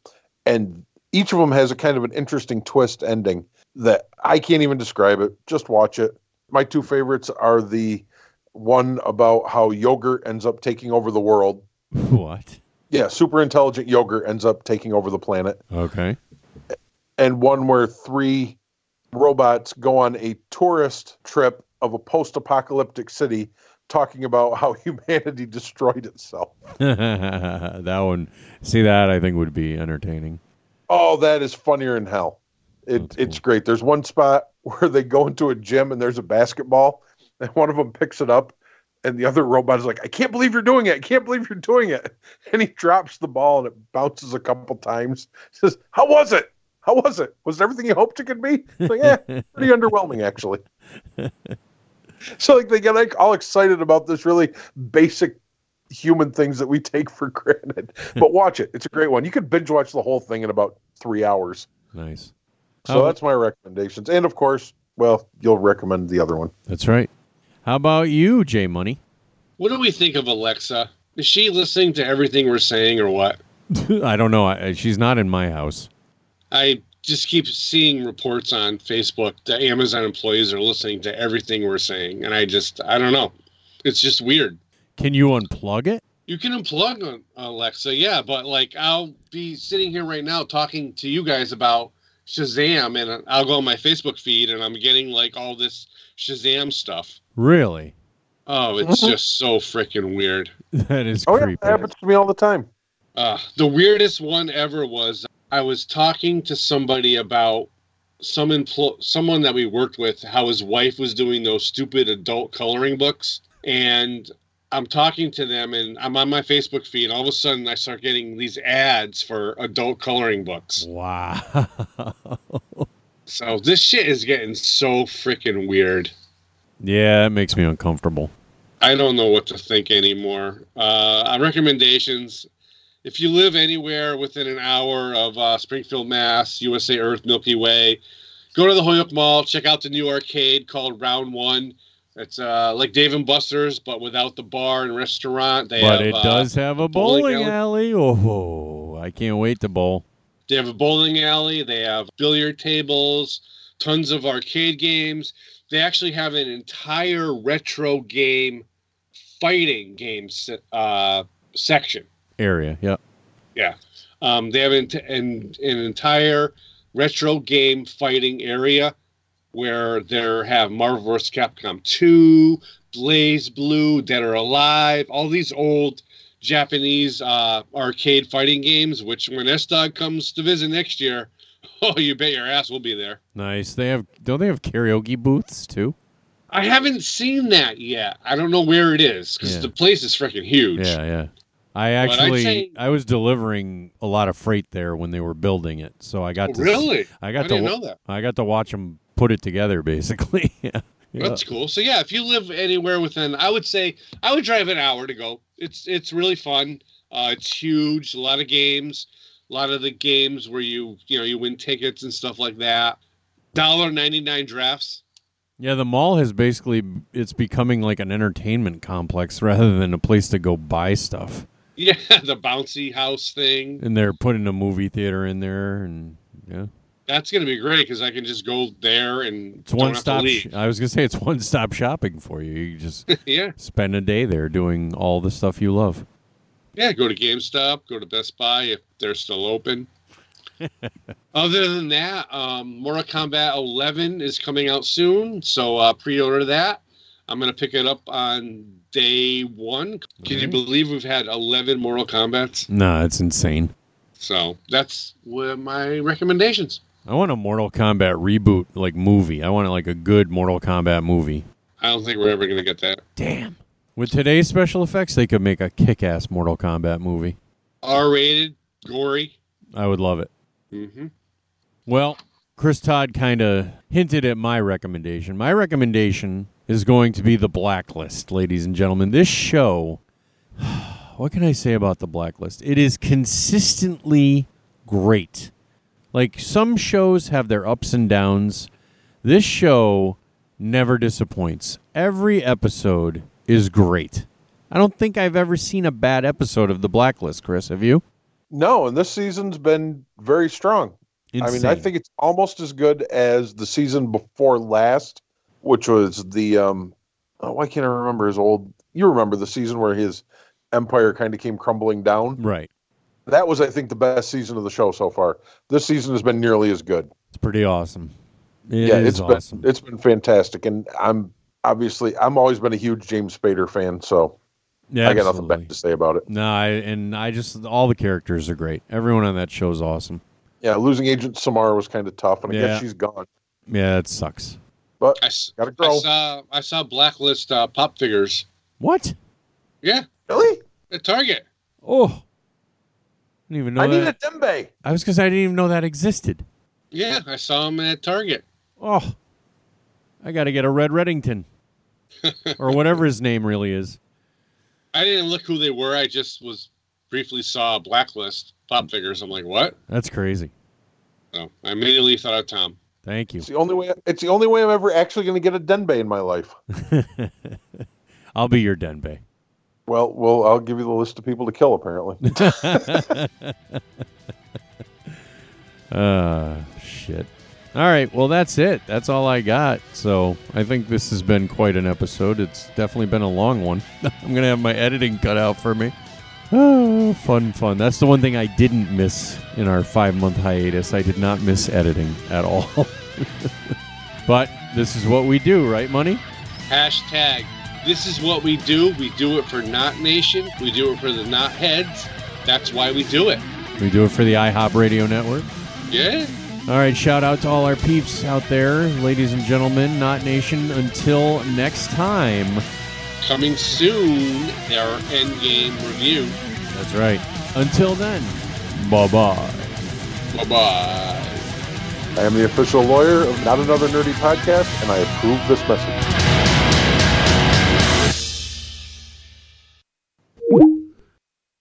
S3: and each of them has a kind of an interesting twist ending that I can't even describe it. Just watch it. My two favorites are the one about how yogurt ends up taking over the world.
S2: What?
S3: Yeah, super intelligent yogurt ends up taking over the planet
S2: Okay.
S3: and one where three robots go on a tourist trip of a post apocalyptic city talking about how humanity destroyed itself.
S2: that one. See, that I think would be entertaining.
S3: Oh, that is funnier than hell. It, It's great. There's one spot where they go into a gym and there's a basketball, and one of them picks it up, and the other robot is like, I can't believe you're doing it. I can't believe you're doing it. And he drops the ball and it bounces a couple times. says, How was it? How was it? Was it everything you hoped it could be? It's like, yeah, pretty underwhelming, actually. So, like, they get like all excited about this really basic human things that we take for granted. But watch it; it's a great one. You could binge watch the whole thing in about three hours.
S2: Nice.
S3: So
S2: Oh.
S3: that's my recommendations. And of course, well, you'll recommend the other one.
S2: That's right. How about you, J Money?
S1: What do we think of Alexa? Is she listening to everything we're saying or what?
S2: I don't know. I, she's not in my house.
S1: I just keep seeing reports on Facebook that Amazon employees are listening to everything we're saying, and I just I don't know. It's just weird.
S2: Can you unplug it?
S1: You can unplug on Alexa, yeah, but like I'll be sitting here right now talking to you guys about Shazam, and I'll go on my Facebook feed, and I'm getting like all this Shazam stuff.
S2: Really?
S1: Oh, it's just so freaking weird.
S2: That is
S3: Oh yeah,
S2: creepy.
S3: that happens to me all the time.
S1: Uh, the weirdest one ever was I was talking to somebody about some empl- someone that we worked with, how his wife was doing those stupid adult coloring books, and I'm talking to them, and I'm on my Facebook feed. And all of a sudden, I start getting these ads for adult coloring books.
S2: Wow.
S1: So this shit is getting so freaking weird.
S2: yeah, it makes me uncomfortable.
S1: I don't know what to think anymore. Uh, on recommendations, if you live anywhere within an hour of uh, Springfield, Mass, USA Earth, Milky Way, go to the Holyoke Mall, check out the new arcade called Round One. It's uh, like Dave and Buster's, but without the bar and restaurant. They
S2: but
S1: have,
S2: it
S1: uh,
S2: does have a
S1: bowling
S2: bowling alley. Oh, I can't wait to bowl.
S1: They have a bowling alley. They have billiard tables, tons of arcade games. They actually have an entire retro game fighting game se- uh, section.
S2: Area. Yep.
S1: Yeah. Um, they have an, an, an entire retro game fighting area where they have Marvel vs. Capcom 2, Blaze Blue, Dead or Alive, all these old Japanese uh, arcade fighting games, which when S-Dog comes to visit next year, oh, you bet your ass we'll be there.
S2: Nice. They have. Don't they have karaoke booths too?
S1: I haven't seen that yet. I don't know where it is because
S2: Yeah.
S1: the place is freaking huge.
S2: Yeah, yeah. I
S1: But I'd
S2: actually,
S1: say-
S2: I was delivering a lot of freight there when they were building it, so I got
S1: Oh,
S2: to s-
S1: really?
S2: I got
S1: I
S2: to
S1: didn't
S2: wa-
S1: know that.
S2: I got to watch them put it together, basically. yeah.
S1: That's cool. So yeah, if you live anywhere within, I would say I would drive an hour to go. It's it's really fun. Uh, it's huge. A lot of games. a lot of the games where you you know you win tickets and stuff like that. Dollar ninety nine drafts.
S2: Yeah, the mall has basically it's becoming like an entertainment complex rather than a place to go buy stuff.
S1: Yeah, the bouncy house thing.
S2: And they're putting a movie theater in there, and yeah,
S1: That's gonna be great because I can just go there and
S2: it's one stop. Sh- I was gonna say it's one stop shopping for you. You just
S1: yeah,
S2: spend a day there doing all the stuff you love.
S1: yeah. Go to GameStop. Go to Best Buy if they're still open. Other than that, um, Mortal Kombat 11 is coming out soon, so uh, pre-order that. I'm gonna pick it up on day one. Can you believe we've had 11 Mortal Kombat's?
S2: No, it's insane.
S1: So that's where my recommendations.
S2: I want a Mortal Kombat reboot like movie. I want like a good Mortal Kombat movie.
S1: I don't think we're ever gonna get that.
S2: Damn. With today's special effects, they could make a kick-ass Mortal Kombat movie.
S1: R-rated, gory.
S2: I would love it.
S1: Mm-hmm.
S2: Well, Chris Todd kind of hinted at my recommendation. My recommendation is going to be The Blacklist, ladies and gentlemen. This show, what can I say about The Blacklist? It is consistently great. Like some shows have their ups and downs. This show never disappoints. Every episode is great. I don't think I've ever seen a bad episode of The Blacklist, Chris. Have you?
S3: No, and this season's been very strong. I mean, I
S2: Insane.
S3: think it's almost as good as the season before last, which was the um oh, why can't I remember his old you remember the season where his empire kind of came crumbling down?
S2: Right.
S3: That was I think the best season of the show so far. This season has been nearly as good.
S2: It's pretty awesome. It
S3: yeah,
S2: is
S3: it's
S2: awesome.
S3: been it's been fantastic and I'm obviously I'm always been a huge James Spader fan, so
S2: Yeah,
S3: I got nothing
S2: absolutely.
S3: bad to say about it.
S2: No, I, and I just all the characters are great. Everyone on that show is awesome.
S3: Yeah, losing Agent Samara was kind of tough and I
S2: Yeah.
S3: guess she's gone.
S2: Yeah, it sucks.
S3: But
S1: I, s-
S3: gotta
S1: I
S3: grow.
S1: saw I saw Blacklist uh, pop figures.
S2: What?
S1: Yeah,
S3: Really?
S1: at Target.
S2: Oh, I didn't even know
S3: I need a
S2: that.
S3: Dembe.
S2: I was because I didn't even know that existed.
S1: Yeah, I saw them at Target.
S2: Oh, I got to get a Red Reddington or whatever his name really is.
S1: I didn't look who they were. I just was briefly saw Blacklist pop figures. I'm like, what?
S2: That's crazy.
S1: So I immediately thought of Tom.
S2: Thank you.
S3: It's the only way. It's the only way I'm ever actually going to get a Denbei in my life.
S2: I'll be your Denbei.
S3: Well, well, I'll give you the list of people to kill. Apparently,
S2: Uh, shit. All right. Well, that's it. That's all I got. So I think this has been quite an episode. It's definitely been a long one. I'm going to have my editing cut out for me. Oh, fun, fun. That's the one thing I didn't miss in our five month hiatus. I did not miss editing at all. but this is what we do, right, Money?
S1: Hashtag. This is what we do. We do it for Not Nation. We do it for the Not Heads. That's why we do it.
S2: We do it for the IHOP Radio Network.
S1: Yeah.
S2: All right, shout out to all our peeps out there, ladies and gentlemen, Not Nation. Until next time.
S1: Coming soon, our Endgame review.
S2: That's right. Until then, bye bye.
S1: Bye bye.
S3: I am the official lawyer of Not Another Nerdy Podcast, and I approve this message.